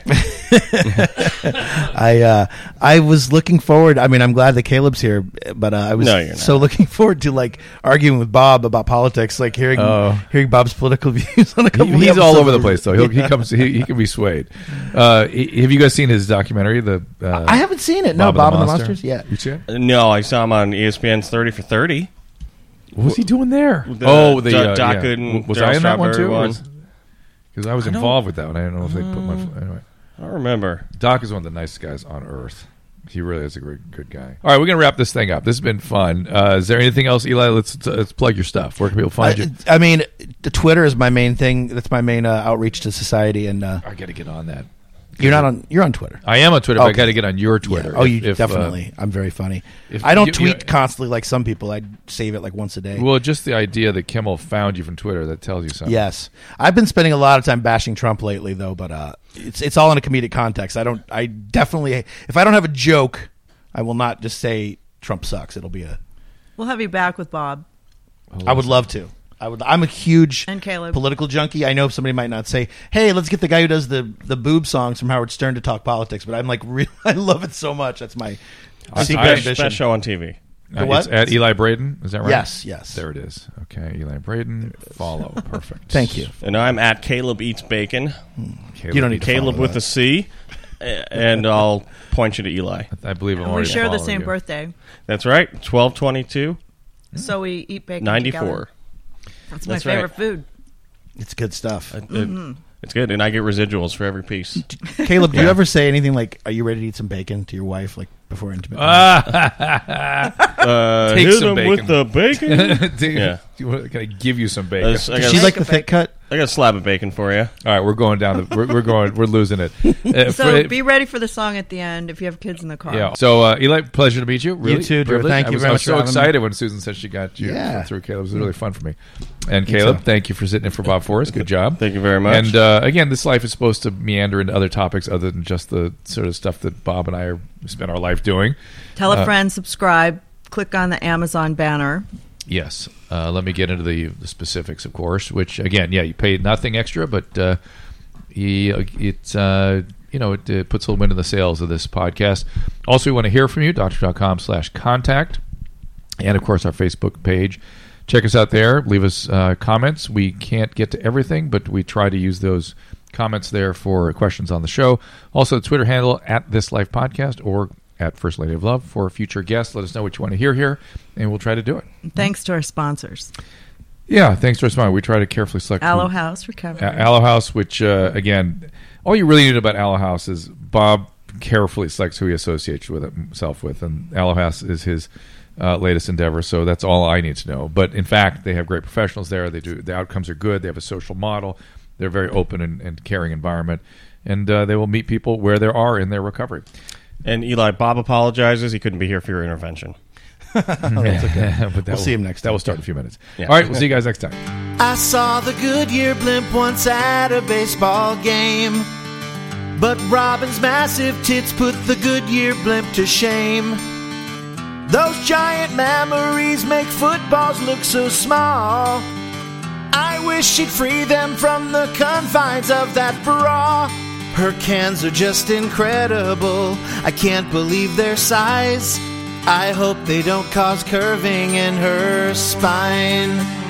B: I uh, I was looking forward. I mean, I'm glad that Caleb's here, but uh, I was
C: No, you're not.
B: so looking forward to like arguing with Bob about politics, like hearing
A: Oh.
B: hearing Bob's political views on a
A: He-
B: couple. of the
A: he's all
B: episodes.
A: over the place, though. He'll, He comes, he, he can be swayed. Uh, he- have you guys seen his documentary? The uh,
B: I haven't seen it. No, Bob, and the Monsters. Yeah,
A: You see it?
C: no, I saw him on E ESPN's Thirty for Thirty.
A: What was he doing there?
C: The
A: oh, the
C: Do-
A: uh,
C: Doc
A: yeah.
C: and
A: W- was
C: Daryl
A: I in that one
C: Strawberry
A: too?
C: one.
A: Because I was
C: don't-
A: involved with that one. I don't know if they put my anyway.
C: I don't remember.
A: Doc is one of the nicest guys on earth. He really is a great, good guy. All right, we're gonna wrap this thing up. This has been fun. Uh, is there anything else, Eli? Let's let's plug your stuff. Where can people find
B: I,
A: you?
B: I mean, the Twitter is my main thing. That's my main uh, outreach to society, and uh,
A: I got to get on that.
B: you're not on. You're on Twitter.
A: I am on Twitter. but I
B: Okay.
A: got to get on your Twitter.
B: Yeah. Oh, you
A: Uh, If- if, uh,
B: definitely. I'm very funny.
A: if
B: I don't
A: you- you-
B: tweet constantly like some people. I save it like once a day.
A: well, just the idea that Kimmel found you from Twitter that tells you something.
B: Yes, I've been spending a lot of time bashing Trump lately, though. But uh, it's it's all in a comedic context. I don't. I definitely. If I don't have a joke, I will not just say Trump sucks. It'll be a.
E: We'll have you back with Bob.
B: I would love to. I would. I'm a huge
E: And Caleb.
B: political junkie. I know somebody might not say, "Hey, let's get the guy who does the the boob songs from Howard Stern to talk politics," but I'm like, really, I love it so much. That's my secret
C: Best,
B: ambition.
C: best show on TV.
A: Uh,
B: The what?
A: It's at Eli Braden. Is that right?
B: Yes, yes.
A: There it is. Okay, Eli Braden. Follow. Perfect.
B: Thank you.
C: And I'm at Caleb Eats Bacon.
A: Caleb
B: You don't
A: needs to
B: need
C: Caleb
A: follow
C: with
A: that.
C: a C. a- And I'll point you to Eli.
A: I believe I'm
E: we
A: already
E: share the
A: following
E: same
A: you.
E: birthday,
C: That's right. 1222
E: so we eat bacon
C: 94.
E: together. That's,
C: That's
E: my
C: right.
E: favorite food.
B: It's good stuff.
C: It's good. And I get residuals for every piece.
B: Caleb, do you ever say anything like, "Are you ready to eat some bacon?" to your wife, like before intimate?
C: Uh,
A: Take
C: hit
A: some
C: him
A: bacon.
C: with the bacon.
A: Do you-
C: Yeah.
A: do you want- Can I give you some
C: Uh,
A: bacon?
C: I, got,
B: She's like the
E: Bacon,
B: thick cut.
C: I got a slab of bacon for you.
A: All right, we're going down. The, we're, we're going. We're losing it. Uh,
E: So
A: for-
E: be ready for the song at the end if you have kids in the car.
A: Yeah. So, uh, Eli, pleasure to meet you. Really,
B: too, Drew.
A: privilege.
B: Thank
A: I
B: you
A: was,
B: very
A: I was
B: much for
A: so
B: having
A: excited when Susan said she got you
B: Yeah.
A: through Caleb. It was really fun for me. And Caleb, thank you for sitting in for Bob Forrest. Good job.
C: Thank you very much.
A: And uh, again, this life is supposed to meander into other topics other than just the sort of stuff that Bob and I are, spend our life doing.
E: Tell a friend, subscribe, click on the Amazon banner.
A: Yes. Uh, let me get into the, the specifics, of course. Which again, yeah, you pay nothing extra, but uh, he, it uh, you know it, uh puts a little wind in the sails of this podcast. Also, we want to hear from you. Doctor.com slash contact, and of course our Facebook page, check us out there. Leave us uh, comments. We can't get to everything, but we try to use those comments there for questions on the show. Also, the Twitter handle at This Life Podcast or at First Lady of Love for future guests. Let us know what you want to hear here, and we'll try to do it.
E: Thanks to our sponsors,
A: Yeah, thanks for responding. We try to carefully select who-
E: Aloe House Recovery.
A: uh, Aloe House, which uh, again, all you really need about Aloe House is Bob carefully selects who he associates with himself with, and Aloe House is his uh, latest endeavor. So that's all I need to know. But in fact, they have great professionals there. They do the outcomes are good. They have a social model. They're very open and, and caring environment, and uh, they will meet people where there are in their recovery.
C: And Eli, Bob apologizes. He couldn't be here for your intervention.
A: but that
F: We'll see him next
A: That
F: time.
A: will start in a few minutes.
C: Yeah.
A: All right, we'll see you guys next time.
B: I saw the Goodyear blimp once at a baseball game. But Robin's massive tits put the Goodyear blimp to shame. Those giant memories make footballs look so small. I wish she'd free them from the confines of that bra. Her cans are just incredible. I can't believe their size. I hope they don't cause curving in her spine.